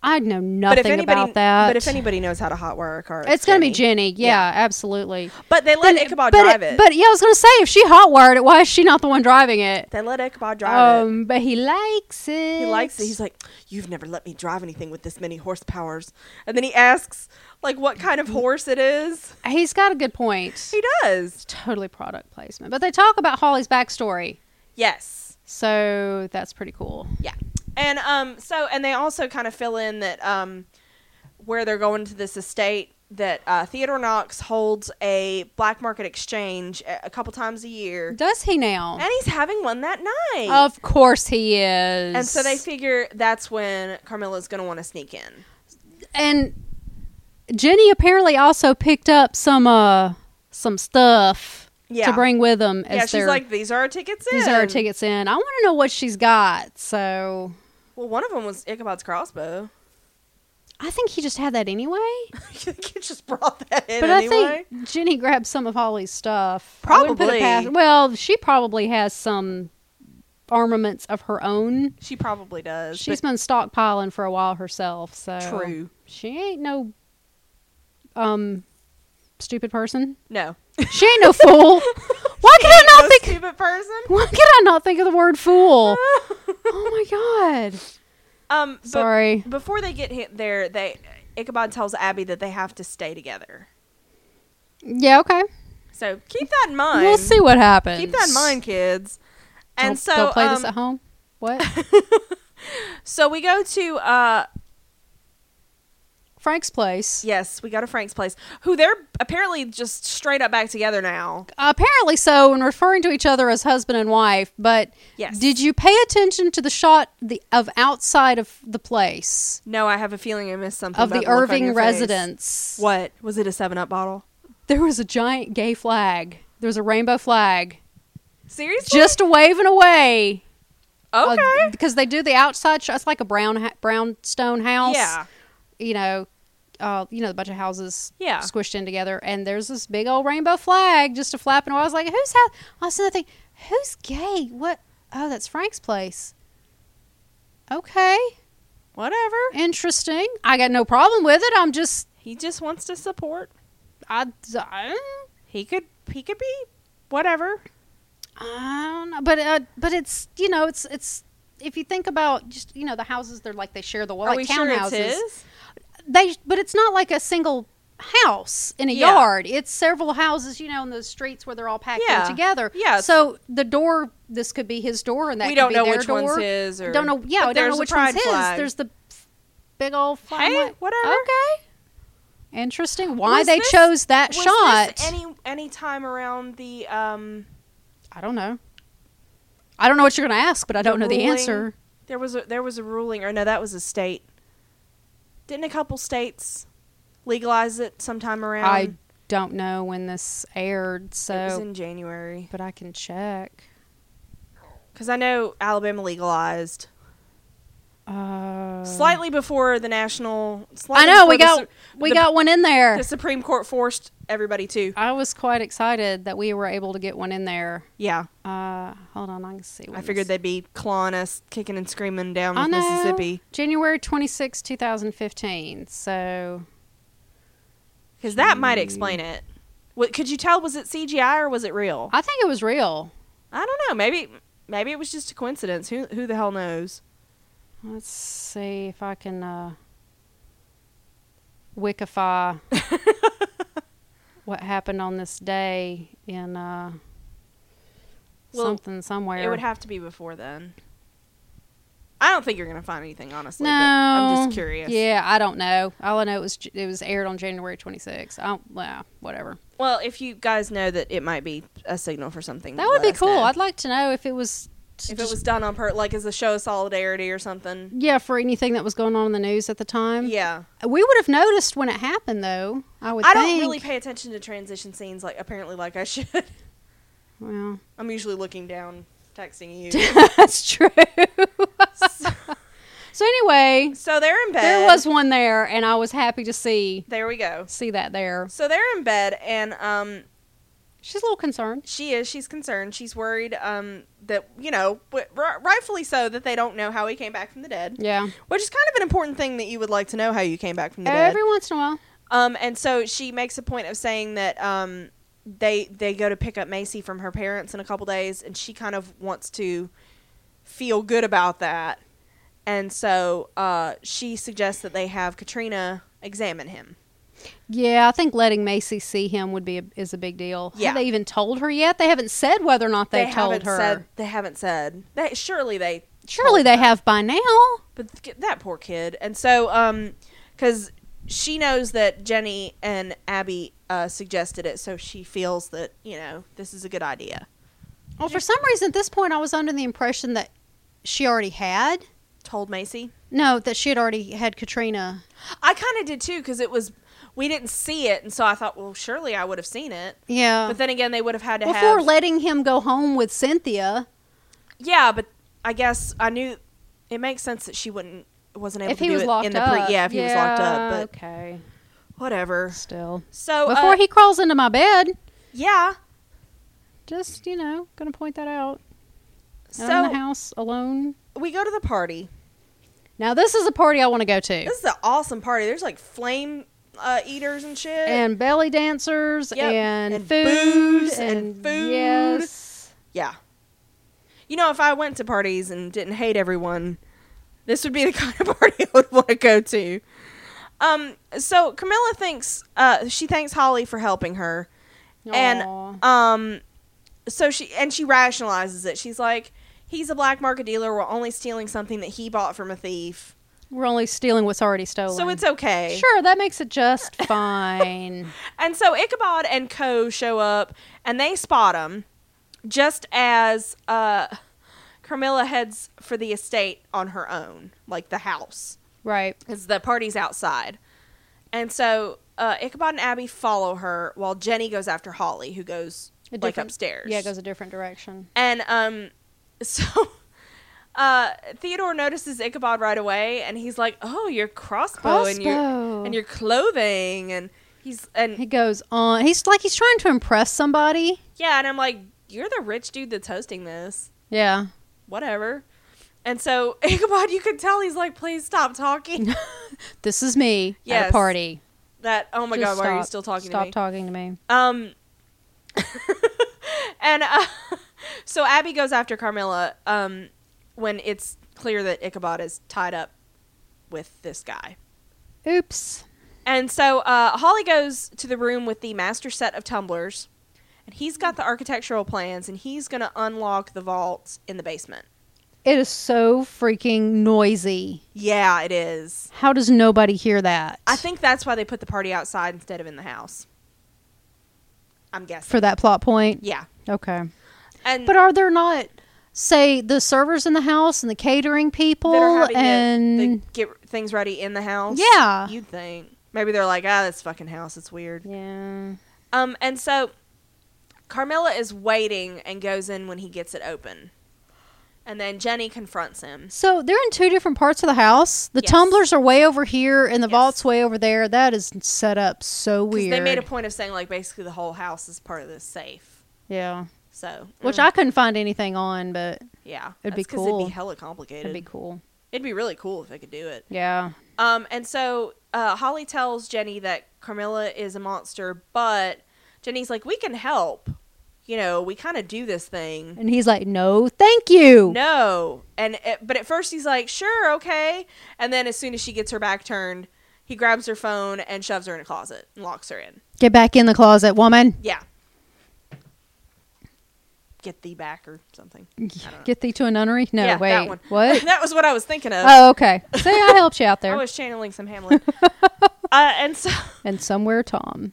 Speaker 2: I know
Speaker 1: But
Speaker 2: nothing
Speaker 1: if anybody,
Speaker 2: about that.
Speaker 1: but if anybody knows how to hot wire a car,
Speaker 2: it's gonna be Jenny. Yeah, absolutely.
Speaker 1: But they let Ichabod
Speaker 2: but
Speaker 1: drive it.
Speaker 2: But yeah, I was gonna say if she hot wired it, why is she not the one driving it?
Speaker 1: they let Ichabod drive
Speaker 2: Um, but he likes it.
Speaker 1: it. He likes it. He's like, "You've never let me drive anything with this many horsepowers." And then he asks, like, what kind
Speaker 2: Mm.
Speaker 1: of horse it is.
Speaker 2: he's got a good point.
Speaker 1: He does.
Speaker 2: Totally product placement. But they talk about Holly's backstory,
Speaker 1: Yes.
Speaker 2: so that's pretty cool.
Speaker 1: Yeah. And um, so and they also kind of fill in that um, where they're going to this estate that uh, Theodore Knox holds a black market exchange a a couple times a year.
Speaker 2: Does he now?
Speaker 1: And he's having one that night.
Speaker 2: Of course he is.
Speaker 1: And so they figure that's when Carmilla's going to want to sneak in.
Speaker 2: and Jenny apparently also picked up some uh some stuff
Speaker 1: Yeah.
Speaker 2: to bring with them as
Speaker 1: yeah, she's
Speaker 2: their-
Speaker 1: like, these are our tickets in.
Speaker 2: these are our tickets in. I want to know what she's got. So
Speaker 1: Well, one of them was Ichabod's crossbow.
Speaker 2: I think he just had that anyway.
Speaker 1: you think you just brought that in
Speaker 2: But
Speaker 1: anyway?
Speaker 2: I think Jenny grabbed some of Holly's stuff. I wouldn't put
Speaker 1: Probably.
Speaker 2: it past- well, she probably has some armaments of her own.
Speaker 1: she probably does.
Speaker 2: She's
Speaker 1: She's
Speaker 2: been stockpiling for a while herself. So
Speaker 1: true.
Speaker 2: She ain't no um stupid person.
Speaker 1: No.
Speaker 2: She ain't no fool. Why could I
Speaker 1: Ain't
Speaker 2: not
Speaker 1: no
Speaker 2: think?
Speaker 1: stupid person.
Speaker 2: Why could I not think of the word fool? oh my god!
Speaker 1: Um, but
Speaker 2: Sorry.
Speaker 1: Before they get hit there, they Ichabod tells Abby that they have to stay together.
Speaker 2: Yeah, okay.
Speaker 1: So keep that in mind.
Speaker 2: We'll see what happens.
Speaker 1: Keep that in mind, kids.
Speaker 2: Don't-
Speaker 1: And so
Speaker 2: don't play this
Speaker 1: um,
Speaker 2: at home. What?
Speaker 1: So we go to uh
Speaker 2: Frank's place.
Speaker 1: yes, we go to Frank's place. Who they're apparently just straight up back together now.
Speaker 2: Apparently so, and referring to each other as husband and wife. But
Speaker 1: Yes.
Speaker 2: did you pay attention to the shot the, of outside of the place
Speaker 1: No, I have a feeling I missed something
Speaker 2: of
Speaker 1: by
Speaker 2: the
Speaker 1: look on
Speaker 2: Irving
Speaker 1: your face.
Speaker 2: residence?
Speaker 1: What was it? A Seven Up bottle?
Speaker 2: There was a giant gay flag. There was a rainbow flag,
Speaker 1: Seriously?
Speaker 2: just waving away. Uh,
Speaker 1: okay.
Speaker 2: because they do the outside shot. It's like a brown ha- brownstone house.
Speaker 1: yeah.
Speaker 2: You know, uh, you know, a bunch of houses.
Speaker 1: Yeah.
Speaker 2: Squished in together, and there's this big old rainbow flag just a flapping. away. I was like, who's house? I was sitting there thinking, who's gay? What? Oh, that's Frank's place. Okay,
Speaker 1: Whatever.
Speaker 2: interesting. I got no problem with it. I'm just,
Speaker 1: He just wants to support.
Speaker 2: I, I
Speaker 1: He could. He could be. Whatever.
Speaker 2: I don't know, but uh, but it's you know it's it's if you think about just you know the houses they're like they share the wall
Speaker 1: Are
Speaker 2: like
Speaker 1: we sure
Speaker 2: townhouses
Speaker 1: it's his?
Speaker 2: they but it's not like a single house in a
Speaker 1: Yeah.
Speaker 2: yard. It's several houses, you know, in those streets where they're all packed
Speaker 1: Yeah.
Speaker 2: in together.
Speaker 1: Yeah, it's-
Speaker 2: So the door, this could be his door, and that
Speaker 1: we
Speaker 2: could
Speaker 1: don't
Speaker 2: be
Speaker 1: know
Speaker 2: their
Speaker 1: which
Speaker 2: door.
Speaker 1: one's his. Or,
Speaker 2: Don't know. Yeah,
Speaker 1: but
Speaker 2: I don't
Speaker 1: there's
Speaker 2: know
Speaker 1: a
Speaker 2: which one's
Speaker 1: pride
Speaker 2: his.
Speaker 1: flag.
Speaker 2: There's the big old flag.
Speaker 1: hey, whatever.
Speaker 2: Okay. Interesting. Why
Speaker 1: Was
Speaker 2: they
Speaker 1: this-
Speaker 2: chose that
Speaker 1: Was
Speaker 2: shot?
Speaker 1: This any any time around the um,
Speaker 2: I don't know. I don't know what you're going to ask, but I don't know the
Speaker 1: ruling-
Speaker 2: answer.
Speaker 1: there was a there was a ruling, or no, that was a state. Didn't a couple states legalize it sometime around?
Speaker 2: I don't know when this aired,
Speaker 1: it was
Speaker 2: so
Speaker 1: in January
Speaker 2: but I can check.
Speaker 1: because I know Alabama legalized
Speaker 2: Uh,
Speaker 1: slightly before the national.
Speaker 2: I
Speaker 1: Slightly
Speaker 2: know
Speaker 1: before
Speaker 2: we
Speaker 1: the
Speaker 2: got
Speaker 1: Su-
Speaker 2: we
Speaker 1: the-
Speaker 2: got one in there.
Speaker 1: the Supreme Court forced everybody to.
Speaker 2: I was quite excited that we were able to get one in there.
Speaker 1: Yeah,
Speaker 2: Uh, hold on, I can see.
Speaker 1: I figured they'd be clawing us, kicking and screaming down
Speaker 2: on
Speaker 1: with Mississippi
Speaker 2: January twenty sixth, two 2015. So
Speaker 1: because that might explain it. What, could you tell? Was it CGI or was it real?
Speaker 2: I think it was real.
Speaker 1: I don't know. Maybe maybe it was just a coincidence. Who who the hell knows?
Speaker 2: Let's see if I can uh, wikify what happened on this day in uh,
Speaker 1: Well,
Speaker 2: something somewhere.
Speaker 1: It would have to be before then. I don't think you're gonna find anything, honestly. but I'm
Speaker 2: No.
Speaker 1: just curious.
Speaker 2: Yeah, I don't know. All I know is j- it was aired on January 26th. I don't, nah, whatever.
Speaker 1: Well, if you guys know that it might be a signal for something,
Speaker 2: That would
Speaker 1: let
Speaker 2: be
Speaker 1: us
Speaker 2: cool.
Speaker 1: know.
Speaker 2: I'd like to know if it was. to
Speaker 1: if it
Speaker 2: just-
Speaker 1: was done on per like as a show of solidarity or something.
Speaker 2: Yeah, for anything that was going on in the news at the time.
Speaker 1: Yeah,
Speaker 2: We would have noticed when it happened, though. I would
Speaker 1: I
Speaker 2: think.
Speaker 1: don't really pay attention to transition scenes like apparently like I should.
Speaker 2: Well,
Speaker 1: I'm usually looking down, texting you.
Speaker 2: that's true.
Speaker 1: so,
Speaker 2: so, anyway,
Speaker 1: so they're in bed.
Speaker 2: there was one there, and I was happy to see
Speaker 1: There we go.
Speaker 2: see that there.
Speaker 1: So they're in bed, and um,
Speaker 2: She's a little concerned.
Speaker 1: she is she's concerned she's worried um that you know w- r- rightfully so that they don't know how he came back from the dead
Speaker 2: Yeah.
Speaker 1: which is kind of an important thing that you would like to know how you came back from the
Speaker 2: Every
Speaker 1: dead
Speaker 2: once in a while.
Speaker 1: um and so she makes a point of saying that um they they go to pick up macy from her parents in a couple days and she kind of wants to feel good about that and so uh she suggests that they have katrina examine him
Speaker 2: Yeah, I think letting Macy see him would be a, is a big deal.
Speaker 1: Yeah.
Speaker 2: Have they even told her yet? They haven't said whether or not they've told
Speaker 1: haven't
Speaker 2: her.
Speaker 1: said they haven't said they surely they
Speaker 2: Surely
Speaker 1: told
Speaker 2: they
Speaker 1: her.
Speaker 2: have by now.
Speaker 1: but th- that poor kid and so um because she knows that jenny and abby uh, suggested it so she feels that you know this is a good idea
Speaker 2: Well, for some reason at this point, I was under the impression that she already had.
Speaker 1: told macy
Speaker 2: No, that she had already had Katrina.
Speaker 1: i kind of did too because it was we didn't see it and so i thought well surely i would have seen it
Speaker 2: Yeah.
Speaker 1: but then again they would have had to
Speaker 2: Um, Before
Speaker 1: have
Speaker 2: letting him go home with Cynthia,
Speaker 1: yeah but i guess i knew it makes sense that she wouldn't wasn't able
Speaker 2: if
Speaker 1: to
Speaker 2: he
Speaker 1: do
Speaker 2: was
Speaker 1: it
Speaker 2: locked
Speaker 1: in the
Speaker 2: up.
Speaker 1: pre- yeah if he was locked
Speaker 2: Yeah,
Speaker 1: up but
Speaker 2: okay,
Speaker 1: whatever
Speaker 2: still.
Speaker 1: so
Speaker 2: Before
Speaker 1: uh,
Speaker 2: he crawls into my bed,
Speaker 1: yeah
Speaker 2: just you know, gonna point that out.
Speaker 1: so
Speaker 2: I'm in the house alone.
Speaker 1: we go to the party
Speaker 2: Now this is a party I want to go to.
Speaker 1: This is an awesome party. There's like flame uh, eaters and shit.
Speaker 2: and belly dancers
Speaker 1: Yep.
Speaker 2: and,
Speaker 1: And
Speaker 2: food
Speaker 1: booze and food.
Speaker 2: Yes.
Speaker 1: yeah. You know, if I went to parties and didn't hate everyone, this would be the kind of party I would want to go to. Um, so Camilla thinks uh, she thanks Holly for helping her,
Speaker 2: Aw.
Speaker 1: and um, so she and she rationalizes it. She's like, "He's a black market dealer. We're only stealing something that he bought from a thief,
Speaker 2: we're only stealing what's already stolen.
Speaker 1: so it's okay."
Speaker 2: sure that makes it just fine.
Speaker 1: And so Ichabod and Co show up and they spot him just as uh Carmilla heads for the estate on her own, like the house.
Speaker 2: right.
Speaker 1: Cuz the party's outside. And so uh Ichabod and Abby follow her while Jenny goes after Holly who goes
Speaker 2: A
Speaker 1: like
Speaker 2: different-
Speaker 1: upstairs.
Speaker 2: Yeah, it goes a different direction.
Speaker 1: And um so uh Theodore notices Ichabod right away and he's like, "Oh, your crossbow, and
Speaker 2: Crossbow.
Speaker 1: your and your clothing and he's and
Speaker 2: He goes on. He's like he's trying to impress somebody.
Speaker 1: Yeah, and I'm like, you're the rich dude that's hosting this.
Speaker 2: Yeah.
Speaker 1: Whatever. And so Ichabod, you could tell he's like, please stop talking.
Speaker 2: This is me at
Speaker 1: Yes.
Speaker 2: a party.
Speaker 1: that oh my
Speaker 2: Just
Speaker 1: god, why are you
Speaker 2: stop-
Speaker 1: still talking
Speaker 2: Stop
Speaker 1: to me?
Speaker 2: talking to me.
Speaker 1: um, and uh, so Abby goes after Carmilla um, when it's clear that Ichabod is tied up with this guy.
Speaker 2: Oops.
Speaker 1: And so uh, Holly goes to the room with the master set of tumblers, and he's got the architectural plans, and he's going to unlock the vaults in the basement.
Speaker 2: It is so freaking noisy.
Speaker 1: Yeah, it is.
Speaker 2: How does nobody hear that?
Speaker 1: I think that's why they put the party outside instead of in the house. I'm guessing.
Speaker 2: for that plot point.
Speaker 1: yeah.
Speaker 2: Okay.
Speaker 1: And
Speaker 2: But are there not say the servers in the house and the catering people
Speaker 1: that are having to-
Speaker 2: and
Speaker 1: they get things ready in the house.
Speaker 2: Yeah.
Speaker 1: You'd think. Maybe they're like, ah, this fucking house, it's weird.
Speaker 2: yeah.
Speaker 1: Um, and so Carmilla is waiting and goes in when he gets it open. And then Jenny confronts him.
Speaker 2: So they're in two different parts of the house. The
Speaker 1: Yes.
Speaker 2: tumblers are way over here and the
Speaker 1: Yes.
Speaker 2: vault's way over there. That is set up so
Speaker 1: 'Cause
Speaker 2: weird.
Speaker 1: They made a point of saying, like, basically the whole house is part of this safe.
Speaker 2: yeah.
Speaker 1: So, mm,
Speaker 2: Which I couldn't find anything on, but
Speaker 1: yeah.
Speaker 2: It'd be
Speaker 1: That's 'cause It'd
Speaker 2: cool.
Speaker 1: be hella complicated.
Speaker 2: it'd be cool.
Speaker 1: It'd be really cool if they could do it.
Speaker 2: Yeah.
Speaker 1: Um, and so uh, Holly tells Jenny that Carmilla is a monster, but Jenny's like, we can help. You know, we kind of do this thing.
Speaker 2: And he's like, "No, thank you."
Speaker 1: No, and it, but at first he's like, sure, okay, and then as soon as she gets her back turned, he grabs her phone and shoves her in a closet and locks her in.
Speaker 2: Get back in the closet, woman.
Speaker 1: Yeah, get thee back or something. know.
Speaker 2: Get thee to a nunnery. No,
Speaker 1: yeah,
Speaker 2: wait.
Speaker 1: that one.
Speaker 2: What?
Speaker 1: that was what I was thinking of.
Speaker 2: oh, okay. See, I helped you out
Speaker 1: I
Speaker 2: there.
Speaker 1: was channeling some Hamlet. uh, and so.
Speaker 2: and somewhere, Tom.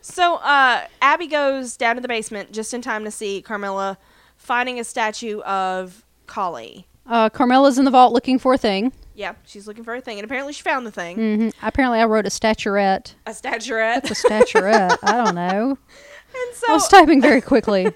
Speaker 1: So uh, Abby goes down to the basement just in time to see Carmilla finding a statue of Collie.
Speaker 2: Uh, Carmela's in the vault looking for a thing.
Speaker 1: Yeah, she's looking for a thing, and apparently she found the thing.
Speaker 2: hmm Apparently, I wrote a statuette.
Speaker 1: A statuette.
Speaker 2: A statuette. I don't know.
Speaker 1: and
Speaker 2: I
Speaker 1: so,
Speaker 2: was typing very quickly.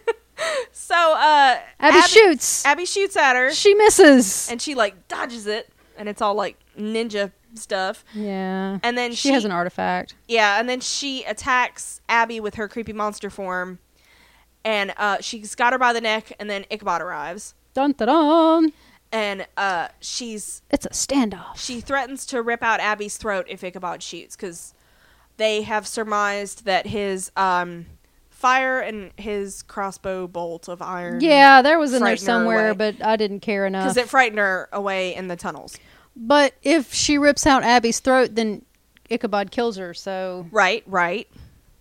Speaker 1: so uh,
Speaker 2: Abby, shoots.
Speaker 1: Abby shoots at her,
Speaker 2: she misses.
Speaker 1: and she like dodges it, and it's all like ninja stuff.
Speaker 2: yeah.
Speaker 1: And then
Speaker 2: she,
Speaker 1: she
Speaker 2: has an artifact.
Speaker 1: Yeah, and then she attacks Abby with her creepy monster form, and uh, she's got her by the neck, and then Ichabod arrives,
Speaker 2: Dun dun dun.
Speaker 1: and uh, she's
Speaker 2: It's a standoff.
Speaker 1: She threatens to rip out Abby's throat if Ichabod shoots because they have surmised that his um, fire and his crossbow bolt of iron.
Speaker 2: yeah, there was in there
Speaker 1: Mm-hmm. Frighten her
Speaker 2: somewhere,
Speaker 1: away.
Speaker 2: but I didn't care enough.
Speaker 1: Because it frightened her away in the tunnels.
Speaker 2: but if she rips out Abby's throat, then Ichabod kills her. So,
Speaker 1: Right, right.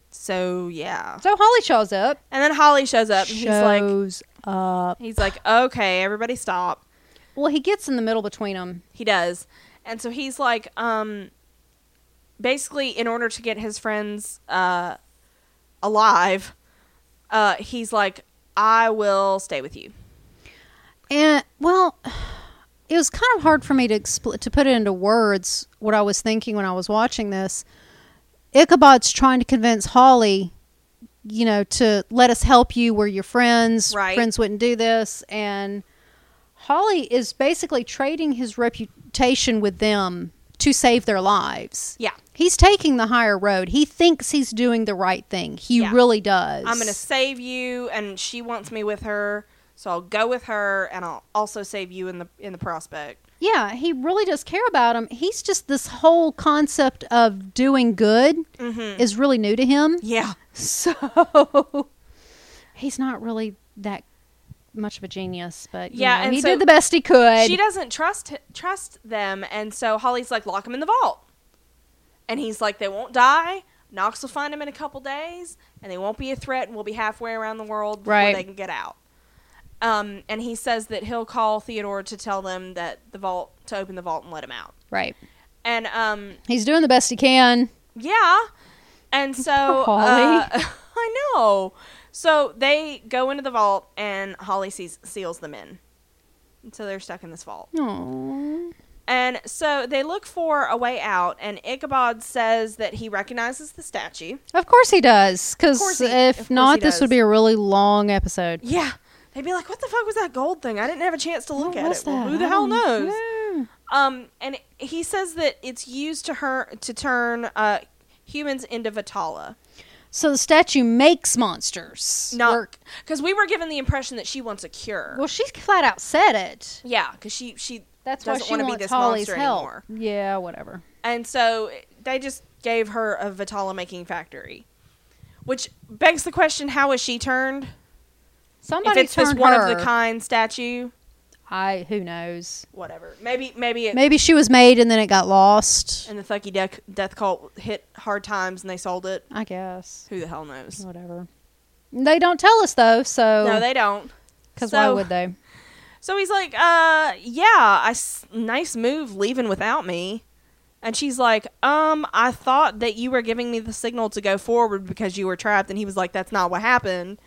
Speaker 1: So, yeah.
Speaker 2: so Holly shows up.
Speaker 1: And then Holly shows up and he's like,
Speaker 2: shows up.
Speaker 1: he's like, okay, everybody stop.
Speaker 2: Well, he gets in the middle between them.
Speaker 1: He does. And so he's like, um, basically, in order to get his friends uh, alive, uh, he's like, I will stay with you.
Speaker 2: And well, it was kind of hard for me to expl- to put it into words what I was thinking when I was watching this. Ichabod's trying to convince Holly, you know, to let us help you. We're your friends.
Speaker 1: Right.
Speaker 2: Friends wouldn't do this. And Holly is basically trading his reputation with them to save their lives.
Speaker 1: Yeah.
Speaker 2: He's taking the higher road. He thinks he's doing the right thing. He
Speaker 1: Yeah.
Speaker 2: really does.
Speaker 1: I'm going to save you, and she wants me with her. So I'll go with her, and I'll also save you in the in the prospect.
Speaker 2: Yeah, he really does care about him. He's just this whole concept of doing good
Speaker 1: Mm-hmm.
Speaker 2: is really new to him.
Speaker 1: Yeah,
Speaker 2: So he's not really that much of a genius, but
Speaker 1: Yeah,
Speaker 2: yeah,
Speaker 1: and
Speaker 2: he
Speaker 1: so
Speaker 2: did the best he could.
Speaker 1: she doesn't trust trust them, and so Holly's like, lock him in the vault. And he's like, they won't die. Knox will find them in a couple days, and they won't be a threat, and we'll be halfway around the world before
Speaker 2: Right.
Speaker 1: they can get out. Um, and he says that he'll call Theodore to tell them that the vault to open the vault and let him out.
Speaker 2: right.
Speaker 1: And um,
Speaker 2: He's doing the best he can.
Speaker 1: Yeah. And so
Speaker 2: Poor Holly.
Speaker 1: uh, I know. So they go into the vault and Holly sees, seals them in. And So they're stuck in this vault.
Speaker 2: Aww.
Speaker 1: And so they look for a way out and Ichabod says that he recognizes the statue.
Speaker 2: Of course he does,
Speaker 1: course
Speaker 2: because
Speaker 1: he- of course
Speaker 2: if
Speaker 1: he
Speaker 2: not, this
Speaker 1: does.
Speaker 2: would be a really long episode.
Speaker 1: Yeah. They'd be like, "What the fuck was that gold thing? I didn't have a chance to look
Speaker 2: What
Speaker 1: at
Speaker 2: was
Speaker 1: it." Well,
Speaker 2: that?
Speaker 1: who the
Speaker 2: I
Speaker 1: hell
Speaker 2: don't-
Speaker 1: knows?
Speaker 2: Yeah.
Speaker 1: Um, and he says that it's used to her to turn uh, humans into Vitala.
Speaker 2: So the statue makes monsters.
Speaker 1: Not because we were given the impression that she wants a cure.
Speaker 2: Well, she flat out said it.
Speaker 1: Yeah, because she she
Speaker 2: That's why
Speaker 1: doesn't
Speaker 2: she
Speaker 1: want to be
Speaker 2: wants
Speaker 1: this
Speaker 2: Holly's
Speaker 1: monster
Speaker 2: help.
Speaker 1: anymore.
Speaker 2: Yeah, whatever.
Speaker 1: And so they just gave her a Vitala making factory, which begs the question: How was she turned?
Speaker 2: Somebody
Speaker 1: if it's this
Speaker 2: turned
Speaker 1: one
Speaker 2: her.
Speaker 1: of the kind statue,
Speaker 2: I who knows.
Speaker 1: Whatever. Maybe maybe it
Speaker 2: Maybe she was made and then it got lost.
Speaker 1: and the Thucky Death Death Cult hit hard times and they sold it.
Speaker 2: I guess.
Speaker 1: Who the hell knows?
Speaker 2: Whatever. They don't tell us though, so
Speaker 1: No, they don't.
Speaker 2: because why
Speaker 1: so-
Speaker 2: would they?
Speaker 1: So he's like, "Uh, yeah, I s- nice move leaving without me." And she's like, "Um, I thought that you were giving me the signal to go forward because you were trapped." And he was like, "That's not what happened."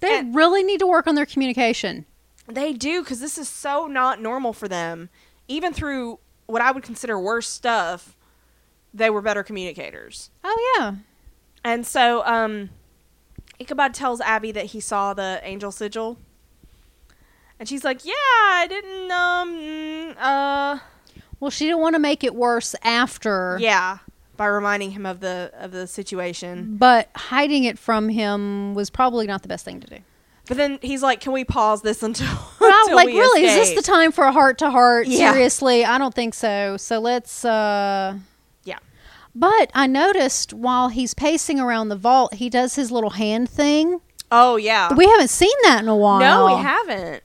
Speaker 2: They
Speaker 1: And-
Speaker 2: really need to work on their communication.
Speaker 1: They do because this is so not normal for them. Even through what I would consider worse stuff, they were better communicators.
Speaker 2: Oh yeah.
Speaker 1: And so, um, Ichabod tells Abby that he saw the angel sigil, and she's like, "Yeah, I didn't. Um, mm, uh,
Speaker 2: Well, she didn't want to make it worse after.
Speaker 1: yeah." By reminding him of the of the situation,
Speaker 2: But hiding it from him was probably not the best thing to do.
Speaker 1: but then he's like, "Can we pause this until?"
Speaker 2: Well,
Speaker 1: until
Speaker 2: like,
Speaker 1: we
Speaker 2: really, is
Speaker 1: escape?"
Speaker 2: this the time for a heart to heart?
Speaker 1: Yeah.
Speaker 2: Seriously, I don't think so. So let's. uh
Speaker 1: Yeah.
Speaker 2: But I noticed while he's pacing around the vault, he does his little hand thing.
Speaker 1: Oh yeah.
Speaker 2: We haven't seen that in a while.
Speaker 1: no, we haven't.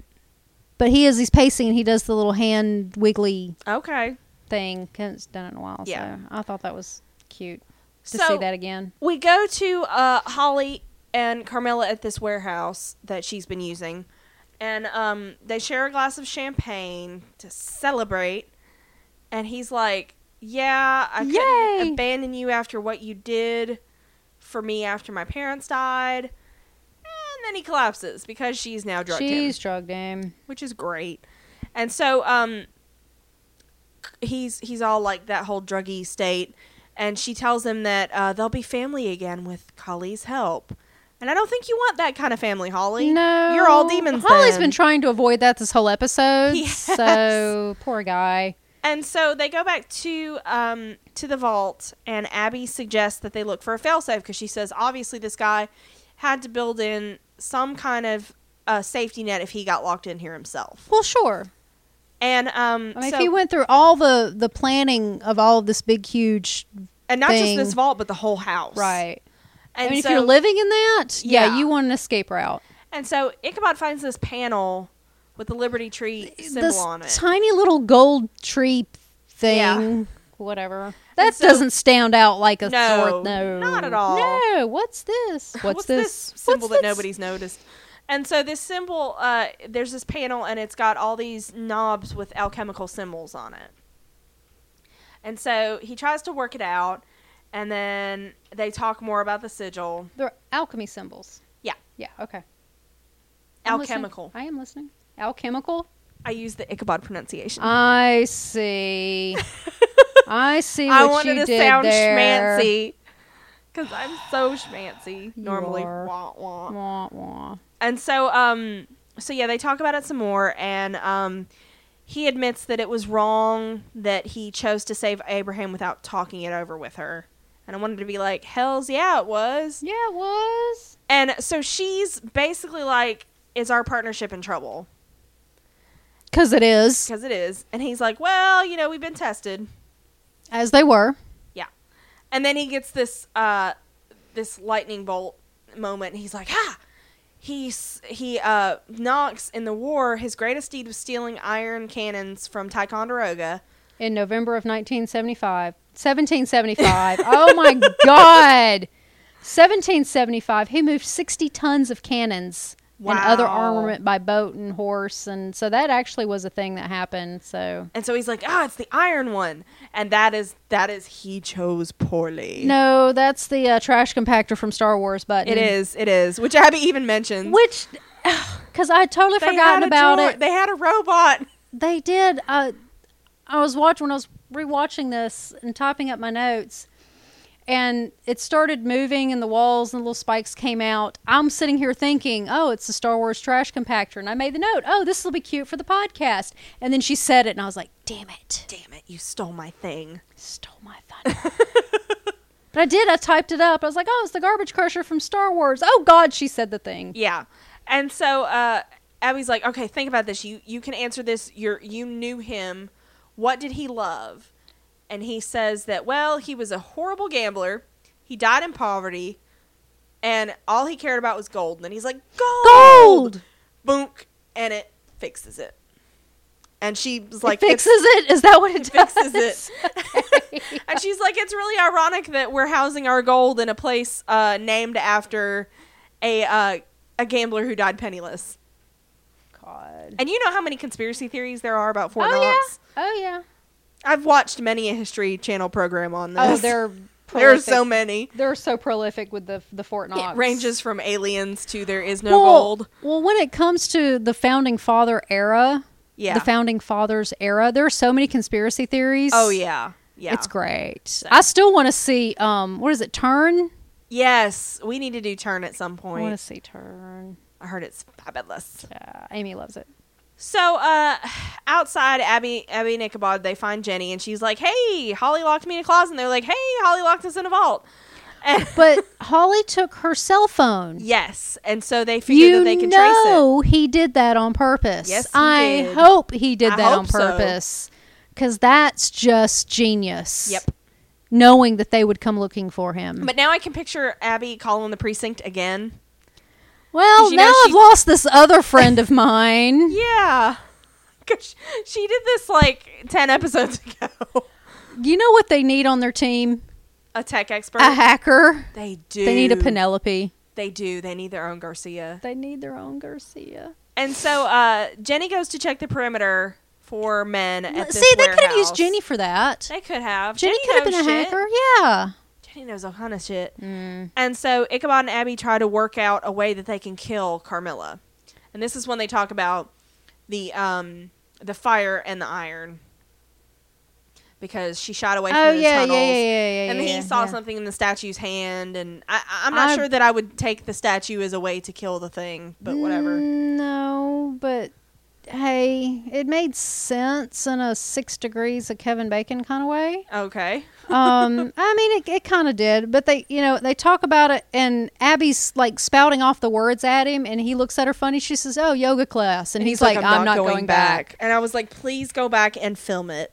Speaker 2: But he is, he's pacing and he does the little hand wiggly
Speaker 1: Okay.
Speaker 2: thing. Haven't done it in a while.
Speaker 1: Yeah.
Speaker 2: So I thought that was cute to
Speaker 1: So-
Speaker 2: see that again.
Speaker 1: we go to uh, Holly and Carmela at this warehouse that she's been using, and um, they share a glass of champagne to celebrate. And he's like, "Yeah, I couldn't
Speaker 2: Yay.
Speaker 1: abandon you after what you did for me after my parents died." And then he collapses because she's now drugged him
Speaker 2: She's drugged him.
Speaker 1: which is great. And so um he's he's all like that whole druggy state and she tells him that uh, they'll be family again with Holly's help. And I don't think you want that kind of family, Holly.
Speaker 2: No,
Speaker 1: You're all demons
Speaker 2: Holly's
Speaker 1: then.
Speaker 2: been trying to avoid that this whole episode.
Speaker 1: Yes.
Speaker 2: So poor guy.
Speaker 1: And so they go back to um to the vault and Abby suggests that they look for a failsafe because she says obviously this guy had to build in some kind of uh, safety net if he got locked in here himself.
Speaker 2: Well, sure.
Speaker 1: And um
Speaker 2: I mean,
Speaker 1: so-
Speaker 2: if he went through all the the planning of all of this big, huge,
Speaker 1: and not
Speaker 2: thing-
Speaker 1: just this vault but the whole house.
Speaker 2: right?
Speaker 1: And
Speaker 2: I mean,
Speaker 1: so,
Speaker 2: if you're living in that, yeah,
Speaker 1: Yeah.
Speaker 2: you want an escape route.
Speaker 1: And so Ichabod finds this panel with the Liberty Tree symbol
Speaker 2: this
Speaker 1: on it.
Speaker 2: tiny little gold tree thing,
Speaker 1: Yeah.
Speaker 2: whatever. That
Speaker 1: so-
Speaker 2: doesn't stand out like a
Speaker 1: No,
Speaker 2: sore- No,
Speaker 1: not at all.
Speaker 2: No, what's this? What's, this?
Speaker 1: symbol
Speaker 2: What's
Speaker 1: that
Speaker 2: this?
Speaker 1: nobody's noticed? And so this symbol, uh, there's this panel, and it's got all these knobs with alchemical symbols on it. And so he tries to work it out, and then they talk more about the sigil.
Speaker 2: They're alchemy symbols.
Speaker 1: Yeah.
Speaker 2: Yeah. Okay. I'm listening.
Speaker 1: Alchemical.
Speaker 2: I am listening. Alchemical.
Speaker 1: I use the Ichabod pronunciation.
Speaker 2: I see. I see.
Speaker 1: I
Speaker 2: what
Speaker 1: wanted
Speaker 2: you
Speaker 1: to
Speaker 2: did
Speaker 1: sound
Speaker 2: there.
Speaker 1: schmancy. Because I'm so schmancy normally.
Speaker 2: are.
Speaker 1: Wah, wah.
Speaker 2: Wah, wah.
Speaker 1: And so, um, so yeah, they talk about it some more, and um, he admits that it was wrong that he chose to save Abraham without talking it over with her. And I wanted to be like, hell's yeah, it was.
Speaker 2: Yeah, it was.
Speaker 1: And so she's basically like, is our partnership in trouble?
Speaker 2: Because it is,
Speaker 1: Because it is. And he's like, well, you know, we've been tested.
Speaker 2: as they were.
Speaker 1: And then he gets this uh, this lightning bolt moment. And he's like, ha! He s- he uh, Knox in the war. His greatest deed was stealing iron cannons from Ticonderoga.
Speaker 2: In November of 1975. 1775. oh my God. 1775. He moved 60 tons of cannons and other
Speaker 1: Wow.
Speaker 2: armament by boat and horse. And so that actually was a thing that happened. So.
Speaker 1: And so he's like, ah, it's the iron one, and that is that is he chose poorly.
Speaker 2: No, that's the uh, trash compactor from Star Wars button.
Speaker 1: it is, it is. Which Abby even mentions.
Speaker 2: Which, because I had totally
Speaker 1: They had
Speaker 2: forgotten
Speaker 1: a
Speaker 2: about
Speaker 1: dro-
Speaker 2: it.
Speaker 1: They had a robot.
Speaker 2: They did. Uh, I was watching when I was rewatching this and typing up my notes, and it started moving, and the walls and the little spikes came out. I'm sitting here thinking, "Oh, it's the Star Wars trash compactor," and I made the note, "Oh, this will be cute for the podcast." And then she said it, and I was like, "Damn it,
Speaker 1: Damn it, you stole my thing.
Speaker 2: stole my thunder." But I did. I typed it up. I was like, "Oh, it's the garbage crusher from Star Wars." Oh God, she said the thing.
Speaker 1: Yeah. And so uh, Abby's like, okay, think about this. You you can answer this. You're you knew him. What did he love? And he says that well, he was a horrible gambler. He died in poverty, and all he cared about was gold. And then he's like, gold,
Speaker 2: Gold!
Speaker 1: boonk, and it fixes it. and she was like,
Speaker 2: it
Speaker 1: "It's-
Speaker 2: fixes it. Is that what it, does?
Speaker 1: fixes it. and she's like, it's really ironic that we're housing our gold in a place uh, named after a uh, a gambler who died penniless.
Speaker 2: God.
Speaker 1: And you know how many conspiracy theories there are about Fort
Speaker 2: oh
Speaker 1: Knox?
Speaker 2: yeah. Oh yeah.
Speaker 1: I've watched many a History Channel program on this.
Speaker 2: Oh, they're
Speaker 1: there are
Speaker 2: prolific.
Speaker 1: so many.
Speaker 2: They're so prolific with the the Fort Knox.
Speaker 1: It ranges from aliens to there is no gold.
Speaker 2: Well, when it comes to the founding father era,
Speaker 1: Yeah.
Speaker 2: the founding fathers era, there are so many conspiracy theories.
Speaker 1: oh yeah. Yeah.
Speaker 2: It's great. I still want to see um what is it? Turn?
Speaker 1: Yes, we need to do turn at some
Speaker 2: I want to
Speaker 1: point.
Speaker 2: see Turn.
Speaker 1: I heard it's fabulous.
Speaker 2: Yeah, Amy loves it.
Speaker 1: So, uh, outside Abby, Abby and Ichabod, they find Jenny, and she's like, "Hey, Holly locked me in a closet." And they're like, "Hey, Holly locked us in a vault." And
Speaker 2: But Holly took her cell phone.
Speaker 1: yes, and so they figure
Speaker 2: You
Speaker 1: that they can trace it.
Speaker 2: know he did that on purpose.
Speaker 1: Yes, he
Speaker 2: I
Speaker 1: did.
Speaker 2: hope he did
Speaker 1: I
Speaker 2: that on
Speaker 1: hope so.
Speaker 2: purpose, because that's just genius.
Speaker 1: Yep.
Speaker 2: Knowing that they would come looking for him.
Speaker 1: But now I can picture Abby calling the precinct again.
Speaker 2: well,
Speaker 1: 'Cause you know
Speaker 2: now I've
Speaker 1: she-
Speaker 2: lost this other friend of mine.
Speaker 1: Yeah, 'Cause she did this like ten episodes ago.
Speaker 2: You know what they need on their team?
Speaker 1: a tech expert.
Speaker 2: A hacker.
Speaker 1: They do.
Speaker 2: They need a Penelope.
Speaker 1: They do. They need their own Garcia.
Speaker 2: They need their own Garcia.
Speaker 1: And so uh, Jenny goes to check the perimeter for men. At this
Speaker 2: See, they could have
Speaker 1: warehouse.
Speaker 2: used Jenny for that.
Speaker 1: They could have.
Speaker 2: Jenny, could have been
Speaker 1: knows
Speaker 2: a
Speaker 1: shit. Hmm.
Speaker 2: hacker. Mm. Yeah.
Speaker 1: Jenny knows all kind of shit. And so Ichabod and Abby try to work out a way that they can kill Carmilla. And this is when they talk about the um the fire and the iron. Because she shot away from
Speaker 2: Oh
Speaker 1: the
Speaker 2: yeah, yeah,
Speaker 1: tunnels.
Speaker 2: yeah, yeah, yeah.
Speaker 1: and
Speaker 2: yeah,
Speaker 1: he
Speaker 2: yeah,
Speaker 1: saw
Speaker 2: yeah.
Speaker 1: something in the statue's hand, and I, I- I'm not
Speaker 2: I-
Speaker 1: sure that I would take the statue as a way to kill the thing, but whatever.
Speaker 2: Mm, No, but hey, it made sense in a six degrees of Kevin Bacon kind of way.
Speaker 1: Okay.
Speaker 2: Um, I mean, it, it kind of did, but they, you know, they talk about it, and Abby's like spouting off the words at him, and he looks at her funny. She says, "Oh, yoga class," and, he's, like, "I'm, not, going, back.
Speaker 1: And I was like, please go back and film it.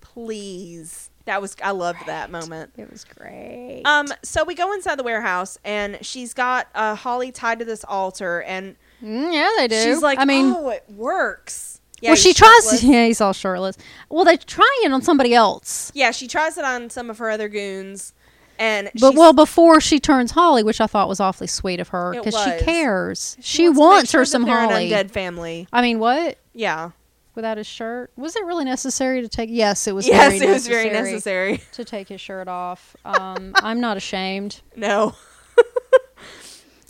Speaker 1: Please. That was I loved that moment.
Speaker 2: It was great.
Speaker 1: Um, so we go inside the warehouse and she's got uh, Holly tied to this altar and
Speaker 2: Mm, yeah, they do.
Speaker 1: she's like,
Speaker 2: I mean,
Speaker 1: Oh, it works.
Speaker 2: well,
Speaker 1: he's
Speaker 2: she tries
Speaker 1: shirtless.
Speaker 2: to. Yeah, he's all shirtless. Well, they're trying it on somebody else.
Speaker 1: Yeah, she tries it on some of her other goons and
Speaker 2: But
Speaker 1: she's-
Speaker 2: well, before she turns Holly, which I thought was awfully sweet of her,
Speaker 1: It
Speaker 2: because she
Speaker 1: was.
Speaker 2: cares. She,
Speaker 1: to make
Speaker 2: wants
Speaker 1: sure
Speaker 2: her
Speaker 1: that
Speaker 2: some
Speaker 1: they're an
Speaker 2: Holly.
Speaker 1: undead family.
Speaker 2: I mean, what?
Speaker 1: Yeah.
Speaker 2: Without his shirt, was it really necessary to take? Yes, it was.
Speaker 1: yes,
Speaker 2: very
Speaker 1: it was very
Speaker 2: necessary
Speaker 1: necessary.
Speaker 2: to take his shirt off. Um, I'm not ashamed.
Speaker 1: No.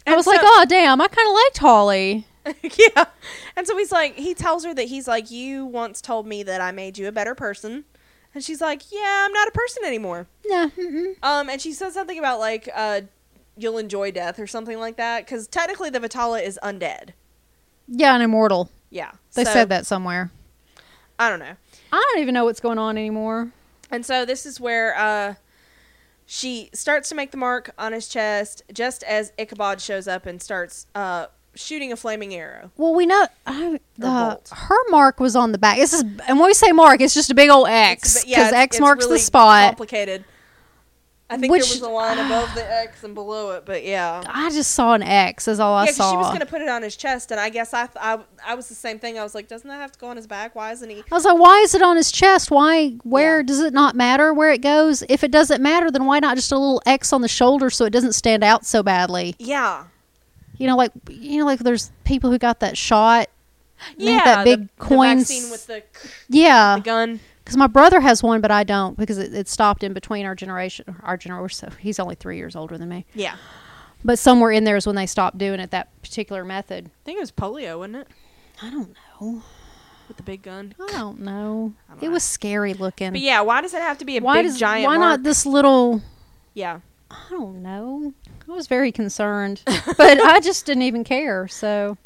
Speaker 2: I was like, oh damn, I kind of liked Holly.
Speaker 1: yeah. And so he's like, he tells her that he's like, you once told me that I made you a better person. And she's like, yeah, I'm not a person anymore.
Speaker 2: Yeah, mm-mm.
Speaker 1: Um, and she says something about like, uh, you'll enjoy death or something like that. Cause technically the Vitala is undead.
Speaker 2: yeah, an immortal.
Speaker 1: Yeah.
Speaker 2: They
Speaker 1: So,
Speaker 2: said that somewhere.
Speaker 1: I don't know.
Speaker 2: I don't even know what's going on anymore.
Speaker 1: And so this is where, uh, she starts to make the mark on his chest just as Ichabod shows up and starts, uh, shooting a flaming arrow.
Speaker 2: Well, we know I, the,
Speaker 1: bolt.
Speaker 2: her mark was on the back. This is, and when we say mark, it's just a big old X
Speaker 1: But
Speaker 2: because
Speaker 1: yeah, it's-
Speaker 2: X
Speaker 1: it's
Speaker 2: marks
Speaker 1: really
Speaker 2: the spot.
Speaker 1: Complicated. I think
Speaker 2: Which-
Speaker 1: there was a line above the X and below it, but yeah.
Speaker 2: I just saw an X. Is all I
Speaker 1: yeah, 'cause
Speaker 2: saw.
Speaker 1: she was going to put it on his chest, and I guess I, th- I I was the same thing. I was like, doesn't that have to go on his back? Why isn't he?
Speaker 2: I was like, why is it on his chest? Why? Where
Speaker 1: Yeah.
Speaker 2: does it not matter where it goes? If it doesn't matter, then why not just a little X on the shoulder so it doesn't stand out so badly?
Speaker 1: Yeah,
Speaker 2: You know, like you know, like there's people who got that shot. They have that
Speaker 1: the-
Speaker 2: big
Speaker 1: the
Speaker 2: coin
Speaker 1: vaccine
Speaker 2: s-
Speaker 1: with the,
Speaker 2: Yeah,
Speaker 1: the gun.
Speaker 2: because my brother has one, but I don't because it, it stopped in between our generation. Our generation, so he's only three years older than me.
Speaker 1: Yeah,
Speaker 2: But somewhere in there is when they stopped doing it that particular method.
Speaker 1: I think it was polio, wasn't it?
Speaker 2: I don't know.
Speaker 1: With the big gun.
Speaker 2: I don't know.
Speaker 1: don't
Speaker 2: It
Speaker 1: know.
Speaker 2: was scary looking.
Speaker 1: But yeah, why does it have to be a
Speaker 2: why
Speaker 1: big
Speaker 2: does
Speaker 1: giant?
Speaker 2: why
Speaker 1: mark?
Speaker 2: not this little?
Speaker 1: Yeah,
Speaker 2: I don't know. I was very concerned, but I just didn't even care. So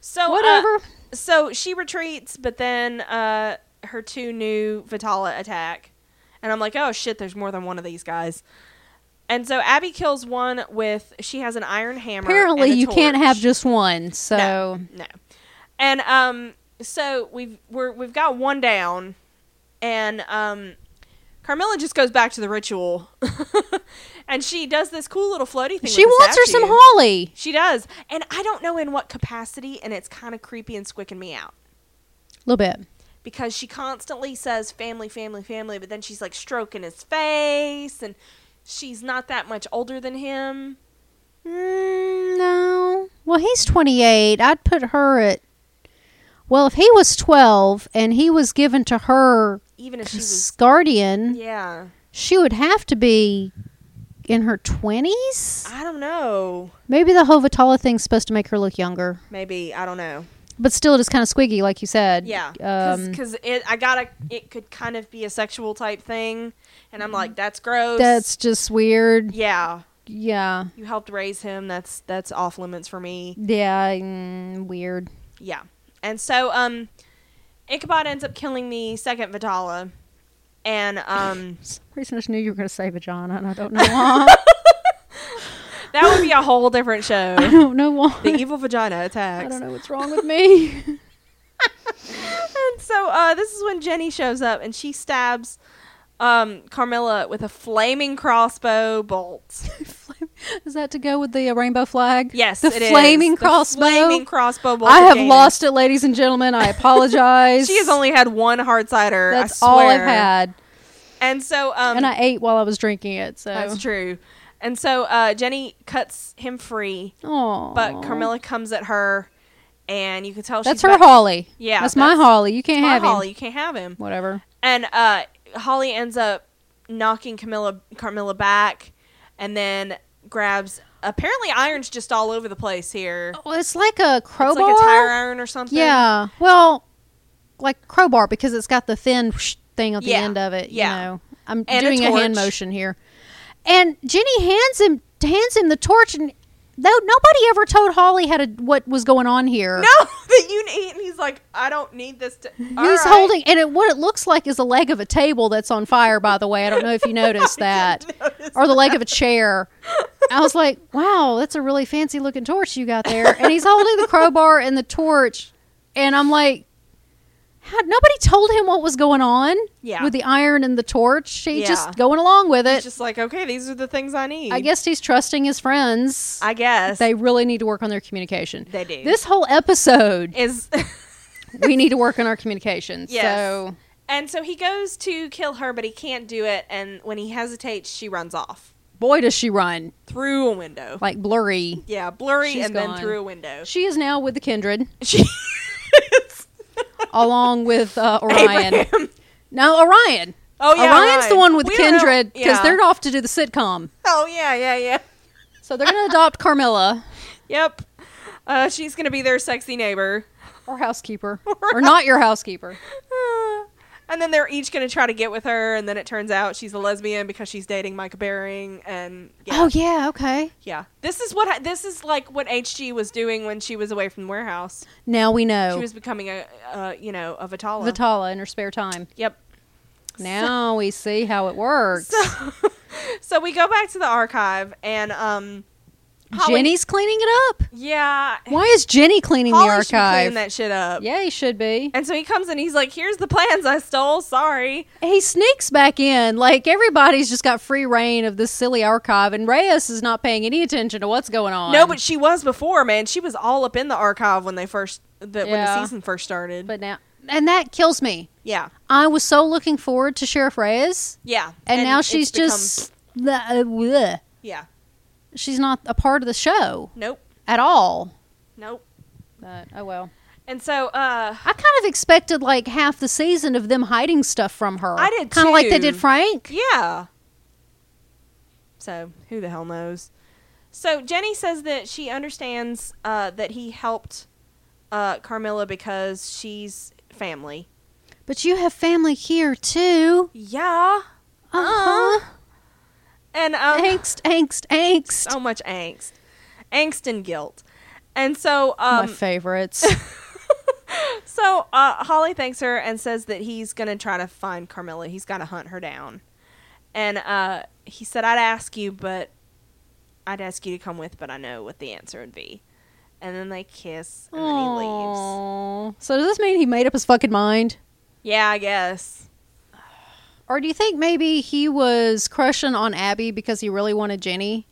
Speaker 1: so uh,
Speaker 2: whatever.
Speaker 1: so she retreats, but then uh, her two new Vitala attack. And I'm like, oh shit, there's more than one of these guys. And so Abby kills one with, she has an iron hammer.
Speaker 2: Apparently,
Speaker 1: and a
Speaker 2: you can't
Speaker 1: torch.
Speaker 2: have just one. So
Speaker 1: No. And um, so we've, we're, we've got one down. And um, Carmilla just goes back to the ritual. and she does this cool little floaty thing.
Speaker 2: she
Speaker 1: with the
Speaker 2: wants her some
Speaker 1: statue.
Speaker 2: Holly.
Speaker 1: She does. And I don't know in what capacity, and it's kind of creepy and squicking me out.
Speaker 2: little bit.
Speaker 1: because she constantly says family, family, family, but then she's like stroking his face and she's not that much older than him.
Speaker 2: Mm, no. Well, he's 28. I'd put her at. Well, if he was 12 and he was given to her
Speaker 1: Even if she was
Speaker 2: guardian,
Speaker 1: Yeah.
Speaker 2: she would have to be in her 20s?
Speaker 1: I don't know.
Speaker 2: Maybe the Hovatala thing's supposed to make her look younger.
Speaker 1: Maybe, I don't know.
Speaker 2: But still, it is kind of squiggy, like you said.
Speaker 1: Yeah.
Speaker 2: Um,
Speaker 1: Cuz it I got to it could kind of be a sexual type thing and I'm like that's gross.
Speaker 2: that's just weird.
Speaker 1: Yeah.
Speaker 2: Yeah.
Speaker 1: You helped raise him. That's that's off limits for me.
Speaker 2: Yeah. mm, weird.
Speaker 1: Yeah. And so um Ichabod ends up killing the second Vitala and um
Speaker 2: For some reason, I just knew you were going to say vagina, and I don't know why.
Speaker 1: that would be a whole different show.
Speaker 2: I don't know why.
Speaker 1: The evil vagina attacks.
Speaker 2: I don't know what's wrong with me.
Speaker 1: And so uh, this is when Jenny shows up and she stabs um, Carmilla with a flaming crossbow bolt.
Speaker 2: Is that to go with the uh, rainbow flag?
Speaker 1: Yes,
Speaker 2: the
Speaker 1: it is.
Speaker 2: flaming
Speaker 1: The
Speaker 2: crossbow.
Speaker 1: flaming crossbow bolt.
Speaker 2: I
Speaker 1: of
Speaker 2: have
Speaker 1: Janie.
Speaker 2: lost it, ladies and gentlemen. I apologize.
Speaker 1: She has only had one hard cider. I
Speaker 2: that's all I've
Speaker 1: swear.
Speaker 2: had,
Speaker 1: And so, um,
Speaker 2: and I ate while I was drinking it. So
Speaker 1: that's true. And so uh, Jenny cuts him free,
Speaker 2: Aw.
Speaker 1: but Carmilla comes at her, and you can tell
Speaker 2: That's
Speaker 1: she's
Speaker 2: her
Speaker 1: back-
Speaker 2: Holly.
Speaker 1: Yeah,
Speaker 2: that's, my
Speaker 1: that's
Speaker 2: Holly. You can't
Speaker 1: My
Speaker 2: have
Speaker 1: Holly,
Speaker 2: him.
Speaker 1: you can't have him.
Speaker 2: Whatever.
Speaker 1: and uh, Holly ends up knocking Camilla Carmilla back, and then grabs. Apparently, iron's just all over the place here.
Speaker 2: Well, it's like a
Speaker 1: It's
Speaker 2: crowbar.
Speaker 1: like a tire iron or something.
Speaker 2: yeah. Well, like crowbar because it's got the thin whoosh thing at the
Speaker 1: Yeah.
Speaker 2: end of it.
Speaker 1: Yeah.
Speaker 2: You know, I'm
Speaker 1: And a
Speaker 2: doing a, hand
Speaker 1: torch.
Speaker 2: motion here, and Jenny hands him hands him the torch, and though nobody ever told Holly how to what was going on here.
Speaker 1: No, that you need. And he's like, I don't need this. To, he's
Speaker 2: He's holding, and it, what it looks like is a leg of a table that's on fire. By the way, I don't know if you
Speaker 1: Oh,
Speaker 2: noticed that, or the leg of a chair. I was like, "Wow, that's a really fancy looking torch you got there." And he's holding the crowbar and the torch, and I'm like, "How?" Nobody told him what was going on
Speaker 1: Yeah.
Speaker 2: with the iron and the torch. He's
Speaker 1: Yeah.
Speaker 2: just going along with it.
Speaker 1: He's just like, okay, these are the things I need.
Speaker 2: I guess he's trusting his friends.
Speaker 1: I guess
Speaker 2: they really need to work on their communication.
Speaker 1: They do.
Speaker 2: This whole episode,
Speaker 1: is.
Speaker 2: we need to work on our communication.
Speaker 1: Yes.
Speaker 2: So.
Speaker 1: and so he goes to kill her, but he can't do it. And when he hesitates, she runs off
Speaker 2: boy does she run
Speaker 1: through a window.
Speaker 2: like blurry
Speaker 1: Yeah, blurry,
Speaker 2: She's
Speaker 1: and
Speaker 2: gone.
Speaker 1: then through a window.
Speaker 2: she is now with the kindred
Speaker 1: She.
Speaker 2: along with uh, orion
Speaker 1: Abraham.
Speaker 2: no orion
Speaker 1: Oh yeah,
Speaker 2: orion's the
Speaker 1: Orion.
Speaker 2: one with the
Speaker 1: We don't know-
Speaker 2: kindred because
Speaker 1: yeah.
Speaker 2: they're off to do the sitcom
Speaker 1: Oh yeah, yeah, yeah.
Speaker 2: so they're gonna adopt carmilla
Speaker 1: Yep. Uh, she's gonna be their sexy neighbor,
Speaker 2: or housekeeper or not your housekeeper
Speaker 1: Uh, and then they're each gonna try to get with her. And then it turns out she's a lesbian because she's dating Micah Baring. And yeah,
Speaker 2: oh yeah okay
Speaker 1: yeah. This is what I, this is like what HG was doing when she was away from the warehouse.
Speaker 2: now we know
Speaker 1: She was becoming a, uh, you know, a Vitala.
Speaker 2: Oh. vitala in her spare time
Speaker 1: Yep.
Speaker 2: now we see how it works
Speaker 1: So, so we go back to the archive and um, Holly-
Speaker 2: jenny's cleaning it up
Speaker 1: Yeah.
Speaker 2: why is jenny cleaning
Speaker 1: Holly
Speaker 2: the
Speaker 1: should be cleaning
Speaker 2: archive
Speaker 1: that shit up.
Speaker 2: yeah he should be
Speaker 1: And so he comes and he's like, "Here's the plans I stole. Sorry."
Speaker 2: he sneaks back in like everybody's just got free reign of this silly archive and reyes is not paying any attention to what's going on
Speaker 1: No, but she was before, man. She was all up in the archive when they first the, when
Speaker 2: Yeah.
Speaker 1: the season first started.
Speaker 2: but now and that kills me
Speaker 1: yeah,
Speaker 2: i was so looking forward to sheriff reyes
Speaker 1: yeah.
Speaker 2: and, now
Speaker 1: it's
Speaker 2: she's
Speaker 1: become-
Speaker 2: just bleh, uh, bleh.
Speaker 1: yeah.
Speaker 2: she's not a part of the show
Speaker 1: Nope,
Speaker 2: at all
Speaker 1: nope.
Speaker 2: but oh well
Speaker 1: And so, uh,
Speaker 2: i kind of expected like half the season of them hiding stuff from her
Speaker 1: I did,
Speaker 2: kind of like they did
Speaker 1: too.
Speaker 2: frank
Speaker 1: yeah. So who the hell knows? So Jenny says that she understands uh, that he helped uh, Carmilla because she's family.
Speaker 2: but you have family here too
Speaker 1: Yeah,
Speaker 2: uh-huh
Speaker 1: and um,
Speaker 2: angst angst angst
Speaker 1: so much angst, angst and guilt, and so um,
Speaker 2: my favorites
Speaker 1: So uh, Holly thanks her and says that he's going to try to find Carmilla. He's got to hunt her down. And uh, he said, I'd ask you, but I'd ask you to come with, but I know what the answer would be. And then they kiss and then he leaves.
Speaker 2: Aw. So does this mean he made up his fucking mind?
Speaker 1: Yeah, I guess.
Speaker 2: Or do you think maybe he was crushing on Abby because he really wanted Jenny?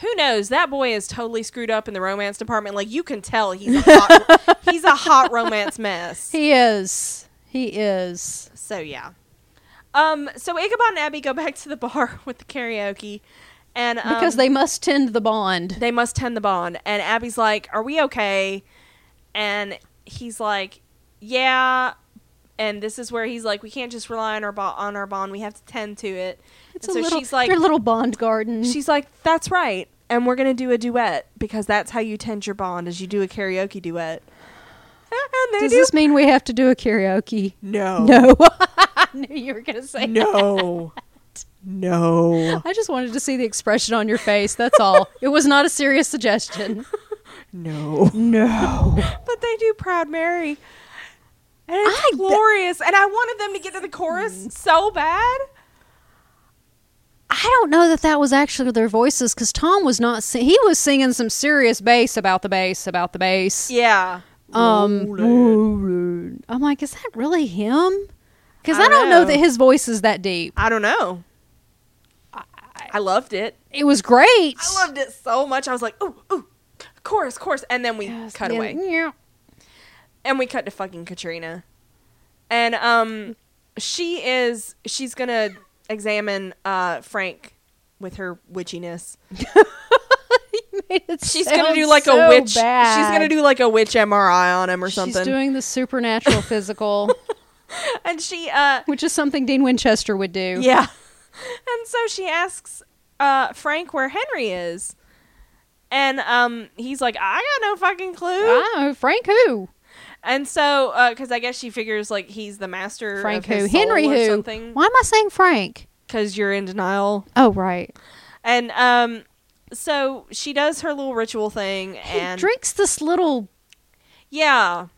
Speaker 1: who knows? That boy is totally screwed up in the romance department. Like you can tell he's a hot, he's a hot romance mess.
Speaker 2: He is. He is.
Speaker 1: So yeah. Um. So Ichabod and Abby go back to the bar with the karaoke, and um,
Speaker 2: Because they must tend the bond.
Speaker 1: they must tend the bond. And Abby's like, "Are we okay?" And he's like, "Yeah." And this is where he's like, "We can't just rely on our bo- on our bond. We have to tend to it."
Speaker 2: It's
Speaker 1: and
Speaker 2: a little, their little bond garden.
Speaker 1: She's like, "That's right." And we're going to do a duet because that's how you tend your bond is you do a karaoke duet. And they
Speaker 2: Does
Speaker 1: do.
Speaker 2: this mean we have to do a karaoke?
Speaker 1: no.
Speaker 2: No. I knew you were going to say
Speaker 1: No. no.
Speaker 2: I just wanted to see the expression on your face. That's all. it was not a serious suggestion.
Speaker 1: No.
Speaker 2: No.
Speaker 1: But they do Proud Mary. And it's
Speaker 2: I-
Speaker 1: glorious. And I Mm. wanted them to get to the chorus so bad.
Speaker 2: I don't know that that was actually their voices because Tom was not. Sing- he was singing some serious bass about the bass about the bass.
Speaker 1: Yeah.
Speaker 2: Um,
Speaker 1: Roll it.
Speaker 2: I'm like, is that really him? Because
Speaker 1: I
Speaker 2: I, don't know.
Speaker 1: know.
Speaker 2: that his voice is that deep.
Speaker 1: I don't know. I, I loved it.
Speaker 2: It was great.
Speaker 1: I loved it so much. I was like, ooh, ooh, chorus, chorus. And then we
Speaker 2: Yes,
Speaker 1: cut
Speaker 2: yeah,
Speaker 1: away.
Speaker 2: yeah.
Speaker 1: and we cut to fucking Katrina. And um she is she's going to examine uh Frank with her witchiness.
Speaker 2: You made it
Speaker 1: She's
Speaker 2: sound
Speaker 1: going to do like a
Speaker 2: so
Speaker 1: witch she's
Speaker 2: bad.
Speaker 1: going to do like a witch MRI on him or something.
Speaker 2: She's doing the supernatural physical,
Speaker 1: and she uh
Speaker 2: which is something Dean Winchester would do.
Speaker 1: yeah. And so she asks uh Frank where Henry is. And um he's like I got no fucking clue.
Speaker 2: I don't know, Frank who?
Speaker 1: And so uh 'cause cuz I guess she figures like he's the master
Speaker 2: Frank
Speaker 1: of
Speaker 2: who?
Speaker 1: his soul
Speaker 2: Henry
Speaker 1: or
Speaker 2: who?
Speaker 1: something
Speaker 2: Why am I saying Frank?
Speaker 1: cuz you're in denial.
Speaker 2: Oh right.
Speaker 1: And um, so she does her little ritual thing, and
Speaker 2: he drinks this little
Speaker 1: yeah,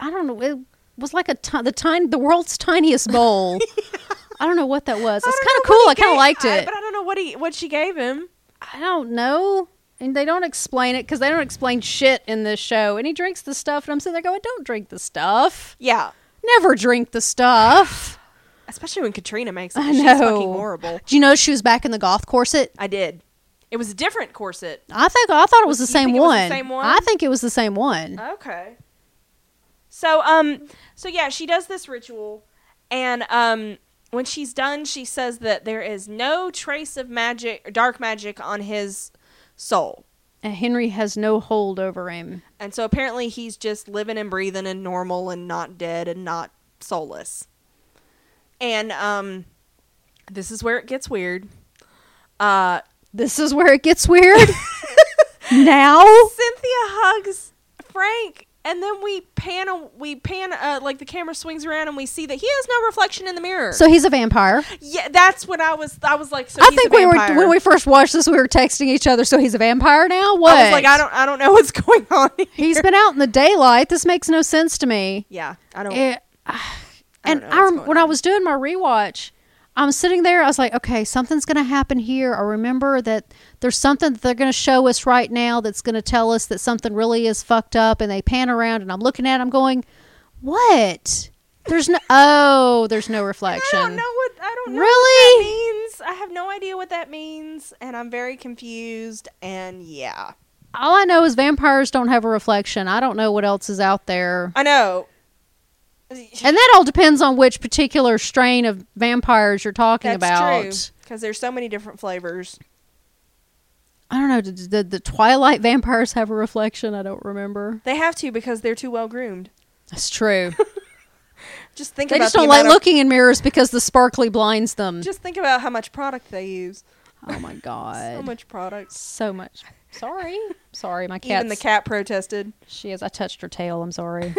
Speaker 2: I don't know. It was like a ti- the tiny the world's tiniest bowl. I don't know what that was.
Speaker 1: I
Speaker 2: It's
Speaker 1: don't
Speaker 2: kind of
Speaker 1: know what
Speaker 2: cool.
Speaker 1: he
Speaker 2: I kind
Speaker 1: gave-
Speaker 2: of liked
Speaker 1: I-
Speaker 2: it.
Speaker 1: but I don't know what he what she gave him.
Speaker 2: I don't know. And they don't explain it because they don't explain shit in this show. And he drinks the stuff, and I'm sitting there going, "Don't drink the stuff.
Speaker 1: Yeah,
Speaker 2: Never drink the stuff."
Speaker 1: especially when Katrina makes it.
Speaker 2: I
Speaker 1: 'cause She's
Speaker 2: know.
Speaker 1: fucking horrible.
Speaker 2: Do you know she was back in the goth corset?
Speaker 1: I did. It was a different corset.
Speaker 2: I think I thought it was,
Speaker 1: Was-
Speaker 2: the,
Speaker 1: you
Speaker 2: same
Speaker 1: think it was the
Speaker 2: one.
Speaker 1: same one? Uh.
Speaker 2: I think it was the same one.
Speaker 1: Okay. So um, so yeah, she does this ritual, and um. When she's done, she says that there is no trace of magic, dark magic, on his soul,
Speaker 2: And Henry has no hold over him.
Speaker 1: and so apparently he's just living and breathing and normal and not dead and not soulless. And um, this is where it gets weird. Uh,
Speaker 2: This is where it gets weird. now,
Speaker 1: Cynthia hugs Frank, and then we pan a- we pan uh, like the camera swings around and we see that he has no reflection in the mirror.
Speaker 2: so he's a vampire.
Speaker 1: yeah, that's what I was. I was like, so
Speaker 2: I
Speaker 1: he's
Speaker 2: think
Speaker 1: a
Speaker 2: we were
Speaker 1: vampire.
Speaker 2: when we first watched this, we were texting each other. So he's a vampire now. What?
Speaker 1: I was like, I don't, I don't know what's going on. Here.
Speaker 2: He's been out in the daylight. This makes no sense to me.
Speaker 1: yeah, I don't.
Speaker 2: It-
Speaker 1: Oh.
Speaker 2: ah,
Speaker 1: don't
Speaker 2: and
Speaker 1: know
Speaker 2: I,
Speaker 1: what's
Speaker 2: rem-
Speaker 1: going
Speaker 2: when I
Speaker 1: on.
Speaker 2: was doing my rewatch, I'm sitting there. I was like, okay, something's going to happen here. I remember that there's something that they're going to show us right now that's going to tell us that something really is fucked up. And they pan around, and I'm looking at. 'em going, what? There's no. Oh, there's no
Speaker 1: I
Speaker 2: reflection.
Speaker 1: don't know what I don't know what that
Speaker 2: Really?
Speaker 1: means. I have no idea what that means, and I'm very confused. And yeah,
Speaker 2: All I know is vampires don't have a reflection. I don't know what else is out there.
Speaker 1: I know.
Speaker 2: And that all depends on which particular strain of vampires you're talking
Speaker 1: That's
Speaker 2: about.
Speaker 1: true because there's so many different flavors.
Speaker 2: I don't know. Did, did the Twilight vampires have a reflection? I don't remember.
Speaker 1: They have to because they're too well groomed.
Speaker 2: That's true.
Speaker 1: Just think
Speaker 2: they
Speaker 1: about
Speaker 2: just
Speaker 1: the
Speaker 2: don't like
Speaker 1: amount of-
Speaker 2: looking in mirrors because the sparkly blinds them.
Speaker 1: Just think about how much product they use.
Speaker 2: oh my god.
Speaker 1: So much product.
Speaker 2: So much. Sorry. Sorry, my
Speaker 1: Even
Speaker 2: cat's.
Speaker 1: the cat protested.
Speaker 2: She is. I touched her tail. I'm sorry.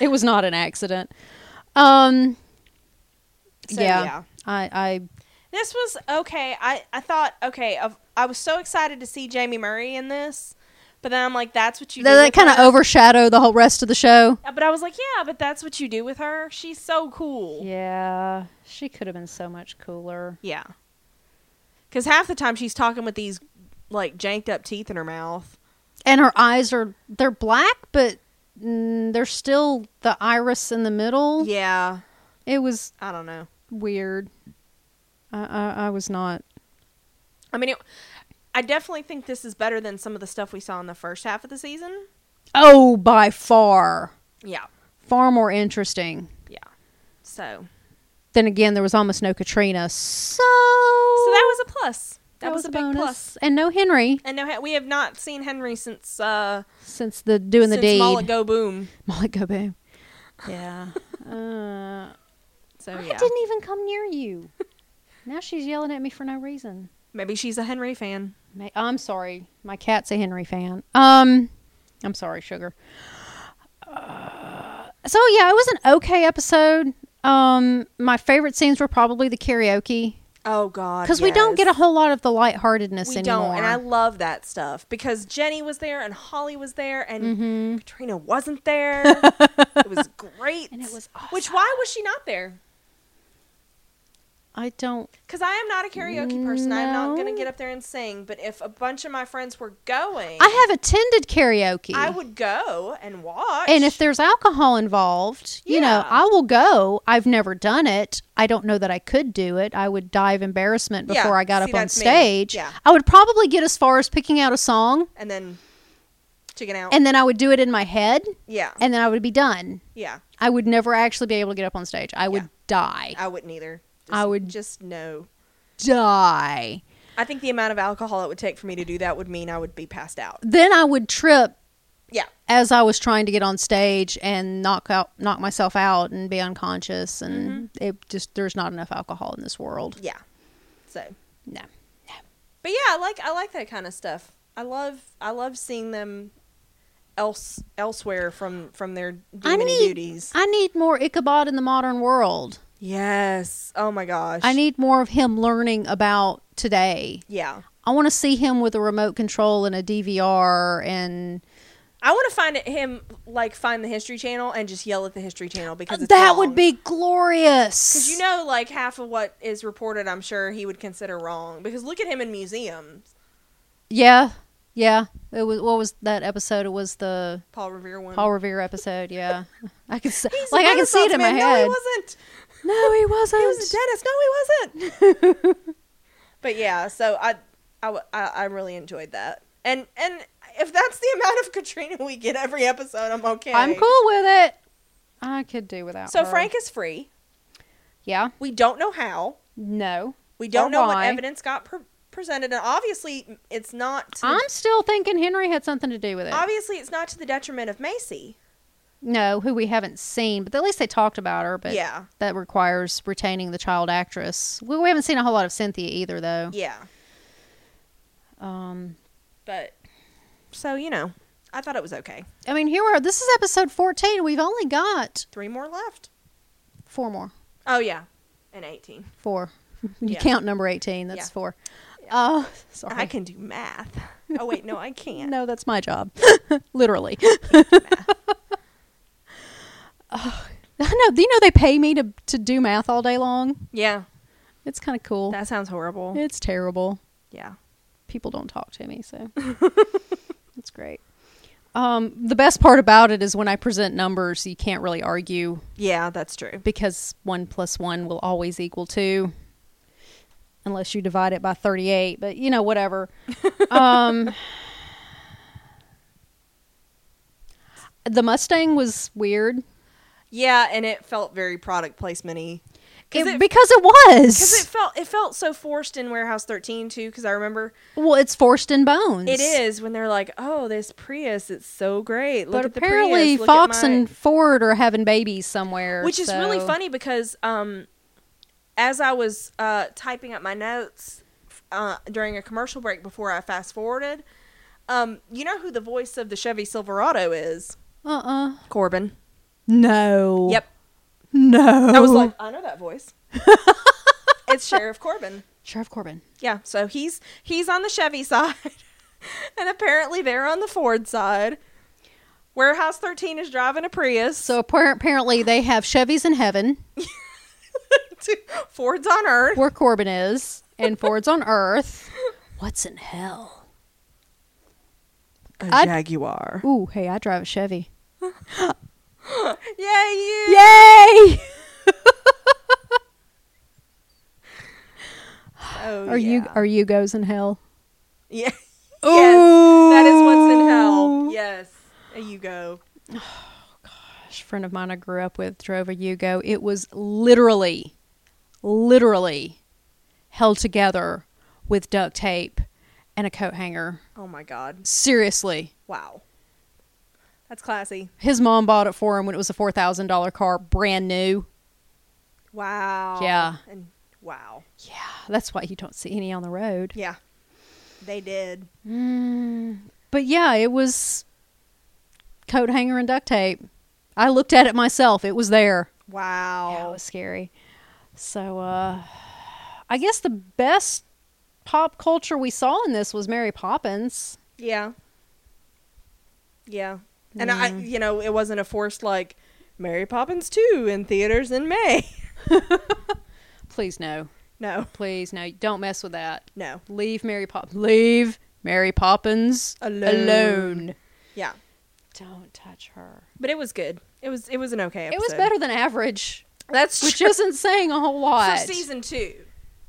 Speaker 2: it was not an accident. Um.
Speaker 1: So,
Speaker 2: yeah.
Speaker 1: yeah.
Speaker 2: I. I.
Speaker 1: This was okay. I, I thought okay. Of, I was so excited to see Jamie Murray in this, but then I'm like, that's what you. do
Speaker 2: That
Speaker 1: with
Speaker 2: kind of
Speaker 1: her?
Speaker 2: overshadowed the whole rest of the show.
Speaker 1: But I was like, yeah, but that's what you do with her. She's so cool.
Speaker 2: Yeah, she could have been so much cooler.
Speaker 1: Yeah. Because half the time she's talking with these like janked up teeth in her mouth.
Speaker 2: And her eyes are they're black, but mm, they're still the iris in the middle.
Speaker 1: Yeah.
Speaker 2: It was
Speaker 1: I don't know.
Speaker 2: weird. I I, I was not.
Speaker 1: I mean, it, I definitely think this is better than some of the stuff we saw in the first half of the season.
Speaker 2: Oh, by far.
Speaker 1: Yeah.
Speaker 2: Far more interesting.
Speaker 1: Yeah. So
Speaker 2: Then again, there was almost no Katrina. So,
Speaker 1: so that was a plus. That, was, a big
Speaker 2: bonus.
Speaker 1: plus.
Speaker 2: And no Henry
Speaker 1: And no, he- we have not seen Henry since uh
Speaker 2: since the doing
Speaker 1: since
Speaker 2: the deed.
Speaker 1: Mullet Go Boom.
Speaker 2: Mullet go boom.
Speaker 1: Yeah.
Speaker 2: Uh,
Speaker 1: So
Speaker 2: I
Speaker 1: oh, yeah.
Speaker 2: didn't even come near you. now she's yelling at me for no reason.
Speaker 1: e- Maybe she's a Henry fan.
Speaker 2: May- I'm sorry. My cat's a Henry fan. Um, I'm sorry, sugar. Uh, so yeah, it was an okay episode. Um, my favorite scenes were probably the karaoke
Speaker 1: Oh God.
Speaker 2: because we don't
Speaker 1: yes.
Speaker 2: get a whole lot of the lightheartedness
Speaker 1: we
Speaker 2: anymore.
Speaker 1: don't, and I love that stuff because Jenny was there and Holly was there and Katrina wasn't there. it was great,
Speaker 2: And it was
Speaker 1: Which why was she not there?
Speaker 2: I don't.
Speaker 1: Because I am not a karaoke person. I'm not going
Speaker 2: No.
Speaker 1: to get up there and sing. But if a bunch of my friends were going,
Speaker 2: I have attended karaoke.
Speaker 1: I would go and watch.
Speaker 2: and if there's alcohol involved, you know,
Speaker 1: Yeah.
Speaker 2: I will go. I've never done it. I don't know that I could do it. I would die of embarrassment
Speaker 1: Yeah,
Speaker 2: before I got
Speaker 1: see,
Speaker 2: up on
Speaker 1: that's me.
Speaker 2: stage.
Speaker 1: Yeah.
Speaker 2: I would probably get as far as picking out a song
Speaker 1: and then chicken out.
Speaker 2: and then I would do it in my head
Speaker 1: yeah,
Speaker 2: and then I would be done.
Speaker 1: yeah.
Speaker 2: I would never actually be able to get up on stage. I would
Speaker 1: Yeah.
Speaker 2: die.
Speaker 1: I wouldn't either. Just,
Speaker 2: I would-
Speaker 1: just no.
Speaker 2: die.
Speaker 1: I think the amount of alcohol it would take for me to do that would mean I would be passed out.
Speaker 2: Then I would trip
Speaker 1: Yeah,
Speaker 2: as I was trying to get on stage and knock out knock myself out and be unconscious and
Speaker 1: Mm-hmm.
Speaker 2: it just there's not enough alcohol in this world.
Speaker 1: yeah. So.
Speaker 2: No.
Speaker 1: but yeah, I like I like that kind of stuff. I love I love seeing them else elsewhere from from their demon
Speaker 2: need-
Speaker 1: duties.
Speaker 2: I need more Ichabod in the modern world.
Speaker 1: Yes. Oh my gosh.
Speaker 2: I need more of him learning about today.
Speaker 1: Yeah.
Speaker 2: I want to see him with a remote control and a DVR and
Speaker 1: I want to find it, him like find the History Channel and just yell at the History Channel because it's
Speaker 2: Uh, that would be glorious.
Speaker 1: because you know like half of what is reported I'm sure he would consider wrong because look at him in museums.
Speaker 2: Yeah, yeah. It was what was that episode? It was the
Speaker 1: Paul Revere one.
Speaker 2: Paul Revere episode. Yeah, I can see,
Speaker 1: He's a
Speaker 2: like I can see it in my
Speaker 1: Renaissance man.
Speaker 2: head.
Speaker 1: No, he wasn't.
Speaker 2: No, he wasn't.
Speaker 1: He was a dentist. No, he wasn't. but yeah, so I, I, w- I- I really enjoyed that. And and if that's the amount of Katrina we get every episode, I'm okay.
Speaker 2: I'm cool Uh-huh. with it. I could do without.
Speaker 1: So
Speaker 2: her.
Speaker 1: Frank is free.
Speaker 2: Yeah.
Speaker 1: We don't know how.
Speaker 2: No.
Speaker 1: We don't know what
Speaker 2: why.
Speaker 1: evidence got pre- presented, and obviously it's not. To,
Speaker 2: I'm still thinking Henry had something to do with it.
Speaker 1: obviously it's not to the detriment of Macy.
Speaker 2: no, who we haven't seen, but at least they talked about her. But
Speaker 1: Yeah.
Speaker 2: that requires retaining the child actress. We, we haven't seen a whole lot of Cynthia either, though.
Speaker 1: Yeah,
Speaker 2: Um,
Speaker 1: but so you know, I thought it was okay.
Speaker 2: I mean, here we are. This is episode 14. We've only got
Speaker 1: Three more left.
Speaker 2: four more.
Speaker 1: Oh yeah, and eighteen.
Speaker 2: Four. You
Speaker 1: Yeah.
Speaker 2: count number 18.
Speaker 1: Yeah.
Speaker 2: That's four. Oh, sorry.
Speaker 1: I can do math. Oh wait, no, I can't.
Speaker 2: No, that's my job. Literally. I know. Do you know they pay me to, to do math all day long?
Speaker 1: Yeah,
Speaker 2: It's kind of cool.
Speaker 1: that sounds horrible.
Speaker 2: it's terrible.
Speaker 1: yeah.
Speaker 2: People don't talk to me, so it's great. Um, the best part about it is when I present numbers, you can't really argue
Speaker 1: Yeah, that's true.
Speaker 2: because one plus one will always equal two, unless you divide it by thirty-eight. But you know, whatever. um, the Mustang was weird
Speaker 1: Yeah, and it felt very product placement-y. Cause
Speaker 2: It-
Speaker 1: it,
Speaker 2: because it
Speaker 1: cause it
Speaker 2: was.
Speaker 1: felt it felt so forced in Warehouse 13 too. Because I remember
Speaker 2: well, it's forced in bones.
Speaker 1: it is when they're like, "Oh, this Prius, it's so great." Look
Speaker 2: But
Speaker 1: at the
Speaker 2: apparently,
Speaker 1: Prius, look at
Speaker 2: Fox
Speaker 1: my-"
Speaker 2: and Ford are having babies somewhere,
Speaker 1: which is really
Speaker 2: so-
Speaker 1: funny because um, as I was uh, typing up my notes uh, during a commercial break before I fast forwarded, um, you know who the voice of the Chevy Silverado is?
Speaker 2: Uh-uh.
Speaker 1: Corbin.
Speaker 2: No.
Speaker 1: Yep.
Speaker 2: No.
Speaker 1: I was like, I know that voice. it's Sheriff Corbin.
Speaker 2: Sheriff Corbin.
Speaker 1: Yeah, so he's he's on the Chevy side, and apparently they're on the Ford side. Warehouse 13 is driving a Prius.
Speaker 2: So appar- apparently they have Chevys in heaven,
Speaker 1: Ford's on Earth.
Speaker 2: where Corbin is, and Ford's on Earth. What's in hell?
Speaker 1: A
Speaker 2: I'd-
Speaker 1: Jaguar.
Speaker 2: Ooh, hey, I drive a Chevy.
Speaker 1: Yeah, you.
Speaker 2: Yay!
Speaker 1: Oh,
Speaker 2: are you
Speaker 1: yeah. Oh,
Speaker 2: are you goes in hell?
Speaker 1: Yeah. Yes, that is what's in hell.
Speaker 2: Ooh.
Speaker 1: Yes. There you go.
Speaker 2: Gosh, a friend of mine I grew up with drove a Yugo. It was literally, literally held together with duct tape and a coat hanger.
Speaker 1: Oh my god.
Speaker 2: Seriously.
Speaker 1: Wow. That's classy.
Speaker 2: His mom bought it for him when it was a $4,000 car, brand new.
Speaker 1: Wow.
Speaker 2: Yeah.
Speaker 1: And wow.
Speaker 2: Yeah, that's why you don't see any on the road.
Speaker 1: Yeah. They did.
Speaker 2: Mm, but yeah, it was coat hanger and duct tape. I looked at it myself. It was there.
Speaker 1: Wow.
Speaker 2: Yeah, it was scary. So uh I guess the best pop culture we saw in this was Mary Poppins.
Speaker 1: Yeah. Yeah. And I,
Speaker 2: Mm.
Speaker 1: you know, it wasn't a forced like Mary Poppins 2 in theaters in May.
Speaker 2: Please no.
Speaker 1: No,
Speaker 2: Please no. Don't mess with that.
Speaker 1: no.
Speaker 2: Leave Mary Pop leave Mary Poppins
Speaker 1: Alone.
Speaker 2: alone.
Speaker 1: Yeah.
Speaker 2: Don't touch her.
Speaker 1: But it was good. It was it was an okay
Speaker 2: It
Speaker 1: episode.
Speaker 2: was better than average,
Speaker 1: That's
Speaker 2: which
Speaker 1: true.
Speaker 2: isn't saying a whole
Speaker 1: for
Speaker 2: lot.
Speaker 1: season 2.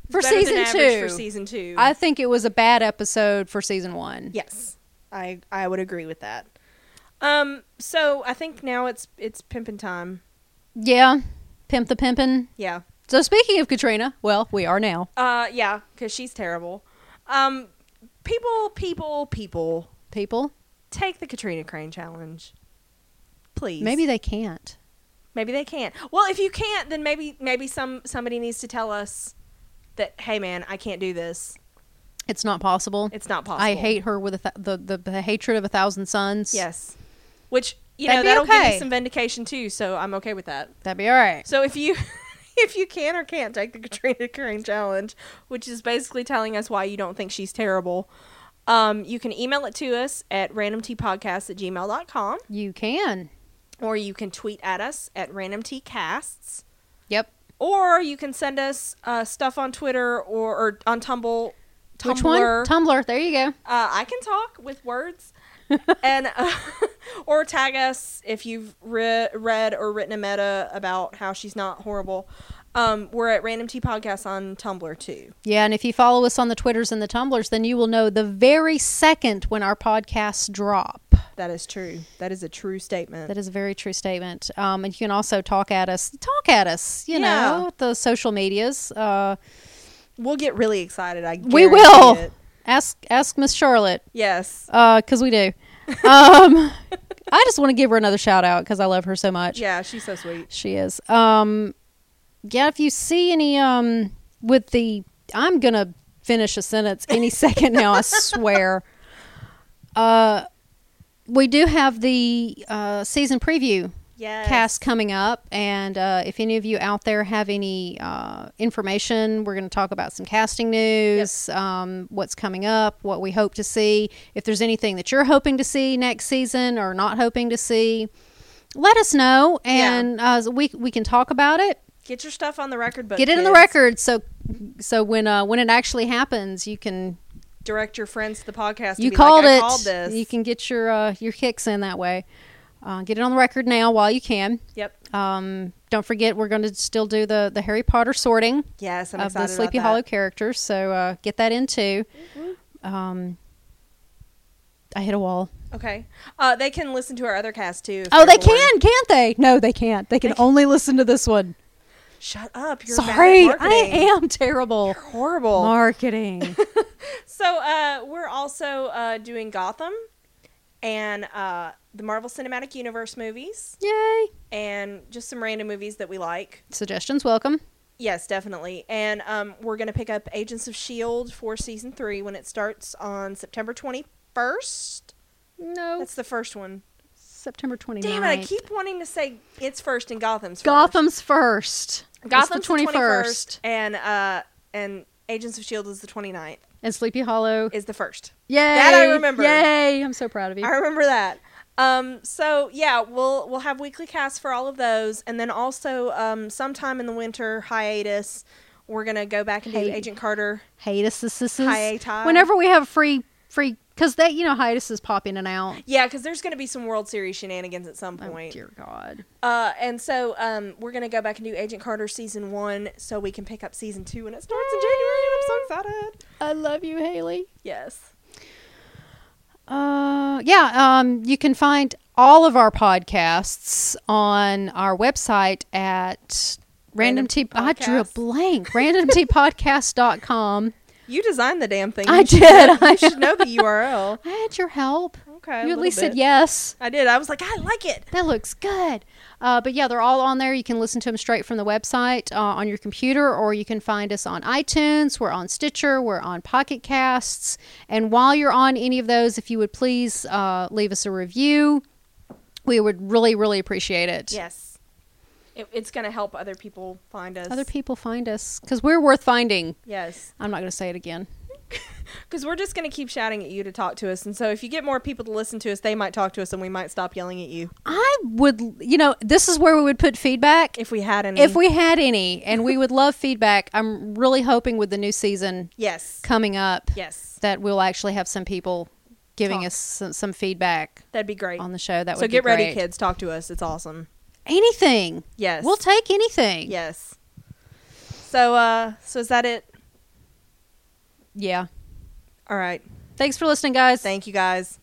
Speaker 2: For
Speaker 1: Better than
Speaker 2: season
Speaker 1: average
Speaker 2: two.
Speaker 1: For season 2.
Speaker 2: I think it was a bad episode for season 1.
Speaker 1: yes. I I would agree with that. Um so I think now it's it's pimping time.
Speaker 2: Yeah. Pimp the pimpin'.
Speaker 1: Yeah.
Speaker 2: So speaking of Katrina, well, we are now.
Speaker 1: Uh yeah, cuz she's terrible. Um people people people
Speaker 2: People,
Speaker 1: take the Katrina Crane challenge. Please.
Speaker 2: maybe they can't.
Speaker 1: Maybe they can't. Well, if you can't, then maybe maybe some somebody needs to tell us that hey man, I can't do this.
Speaker 2: It's not possible.
Speaker 1: It's not possible.
Speaker 2: I hate her with a th- the, the the hatred of a thousand suns.
Speaker 1: Yes. Which you
Speaker 2: That'd
Speaker 1: know
Speaker 2: be
Speaker 1: that'll give
Speaker 2: okay.
Speaker 1: you some vindication too, so I'm okay with that.
Speaker 2: that'd be all right.
Speaker 1: So if you if you can or can't take the Katrina Crane challenge, which is basically telling us why you don't think she's terrible, um, you can email it to us at randomtpodcast at gmail.com
Speaker 2: You can.
Speaker 1: or you can tweet at us at randomtcasts.
Speaker 2: Yep.
Speaker 1: or you can send us uh, stuff on Twitter or, or on Tumble, Tumblr.
Speaker 2: Which one? Tumblr. There you go.
Speaker 1: uh, I can talk with words, and uh, or tag us if you've re- read or written a meta about how she's not horrible. Um, we're at Random Tea Podcast on Tumblr too.
Speaker 2: Yeah, and if you follow us on the Twitters and the Tumblrs, then you will know the very second when our podcasts drop.
Speaker 1: That is true. That is a true statement.
Speaker 2: That is a very true statement. Um, and you can also talk at us. Talk at us. You
Speaker 1: Yeah.
Speaker 2: know, at the social medias. Uh,
Speaker 1: we'll get really excited. I
Speaker 2: we
Speaker 1: guarantee
Speaker 2: will
Speaker 1: it.
Speaker 2: ask ask Miss Charlotte.
Speaker 1: Yes.
Speaker 2: because we do. Um, I just want to give her another shout out because I love her so much.
Speaker 1: Yeah, she's so sweet.
Speaker 2: She is. Um, yeah, if you see any um, with the, I'm gonna finish a sentence any second now. I swear. Uh, we do have the uh, season preview
Speaker 1: Yes.
Speaker 2: cast coming up, and uh, if any of you out there have any uh, information, we're going to talk about some casting news, um, what's coming up, what we hope to see. If there's anything that you're hoping to see next season or not hoping to see, let us know,
Speaker 1: Yeah.
Speaker 2: and uh, we we can talk about it.
Speaker 1: Get your stuff on the record book.
Speaker 2: Get it in the
Speaker 1: kids.
Speaker 2: record, so so when uh, when it actually happens, you can
Speaker 1: Direct your friends to the podcast. to
Speaker 2: you
Speaker 1: be like,
Speaker 2: called
Speaker 1: "I
Speaker 2: it.
Speaker 1: Called this.
Speaker 2: You can get your uh, your kicks in that way. Uh, get it on the record now while you can.
Speaker 1: Yep.
Speaker 2: Um, don't forget, we're going to still do the, the Harry Potter sorting
Speaker 1: Yes, I'm
Speaker 2: of
Speaker 1: excited
Speaker 2: the Sleepy
Speaker 1: about that.
Speaker 2: Hollow characters. So uh, get that in too.
Speaker 1: Mm-hmm.
Speaker 2: Um, I hit a wall.
Speaker 1: Okay. Uh, they can listen to our other cast too. if
Speaker 2: Oh,
Speaker 1: they're
Speaker 2: they
Speaker 1: bored.
Speaker 2: can, can't they? No, they can't. They can only listen to this one.
Speaker 1: Shut up. You're
Speaker 2: Sorry,
Speaker 1: Bad at
Speaker 2: I
Speaker 1: marketing.
Speaker 2: am terrible.
Speaker 1: You're horrible.
Speaker 2: Marketing.
Speaker 1: so uh, we're also uh, doing Gotham and uh, the Marvel Cinematic Universe movies
Speaker 2: Yay.
Speaker 1: and just some random movies that we like.
Speaker 2: Suggestions welcome.
Speaker 1: Yes, definitely. And um, we're going to pick up Agents of S.H.I.E.L.D. E for season three when it starts on September 21st.
Speaker 2: No.
Speaker 1: That's the first one.
Speaker 2: September 29th.
Speaker 1: Damn it. I keep wanting to say it's first and Gotham's first.
Speaker 2: Gotham's first. It's the
Speaker 1: Gotham's the 21st. And, uh, and Agents of S.H.I.E.L.D. E is the 29th.
Speaker 2: And Sleepy Hollow.
Speaker 1: is the first.
Speaker 2: Yay.
Speaker 1: That I remember.
Speaker 2: Yay. I'm so proud of you.
Speaker 1: I remember that. Um, so yeah, we'll we'll have weekly casts for all of those, and then also um, sometime in the winter hiatus, we're gonna go back and do
Speaker 2: Hey.
Speaker 1: Agent Carter.
Speaker 2: hiatuses. This is
Speaker 1: Hiati.
Speaker 2: whenever we have free free because that you know hiatuses pop in and out.
Speaker 1: Yeah, because there's gonna be some World Series shenanigans at some
Speaker 2: Oh
Speaker 1: point.
Speaker 2: dear God!
Speaker 1: uh, and so um, we're gonna go back and do Agent Carter season one, so we can pick up season two when it starts in January. And I'm so excited.
Speaker 2: I love you, Haley.
Speaker 1: Yes.
Speaker 2: Uh, yeah, um, you can find all of our podcasts on our website at random
Speaker 1: Random
Speaker 2: t I drew a
Speaker 1: Podcast.
Speaker 2: blank randomtpodcast.com.
Speaker 1: You designed the damn thing.
Speaker 2: I
Speaker 1: You should
Speaker 2: did,
Speaker 1: know-
Speaker 2: I
Speaker 1: you should know the URL.
Speaker 2: I had your help.
Speaker 1: Okay. a
Speaker 2: you at
Speaker 1: little
Speaker 2: least said
Speaker 1: bit.
Speaker 2: yes.
Speaker 1: I did. I was like, I like it.
Speaker 2: That looks good. Uh, but yeah, they're all on there. You can listen to them straight from the website uh, on your computer, or you can find us on iTunes. We're on Stitcher. We're on Pocket Casts. And while you're on any of those, if you would please uh, leave us a review, we would really, really appreciate it.
Speaker 1: Yes. It, it's going to help other people find us.
Speaker 2: Other people find us because we're worth finding.
Speaker 1: Yes.
Speaker 2: I'm not going to say it again.
Speaker 1: Because we're just going to keep shouting at you to talk to us. And so if you get more people to listen to us, they might talk to us and we might stop yelling at you
Speaker 2: I would, you know, this is where we would put feedback
Speaker 1: if we had any.
Speaker 2: if we had any, and we would love feedback. I'm really hoping with the new season
Speaker 1: Yes.
Speaker 2: coming up
Speaker 1: Yes.
Speaker 2: that we'll actually have some people giving
Speaker 1: Talk.
Speaker 2: us some, some feedback
Speaker 1: That'd be great.
Speaker 2: on the show. That
Speaker 1: so
Speaker 2: would be
Speaker 1: get ready,
Speaker 2: great.
Speaker 1: kids. Talk to us. It's awesome.
Speaker 2: Anything.
Speaker 1: Yes.
Speaker 2: We'll take anything.
Speaker 1: Yes. So, uh, so is that it?
Speaker 2: Yeah.
Speaker 1: All right.
Speaker 2: Thanks for listening, guys.
Speaker 1: Thank you guys.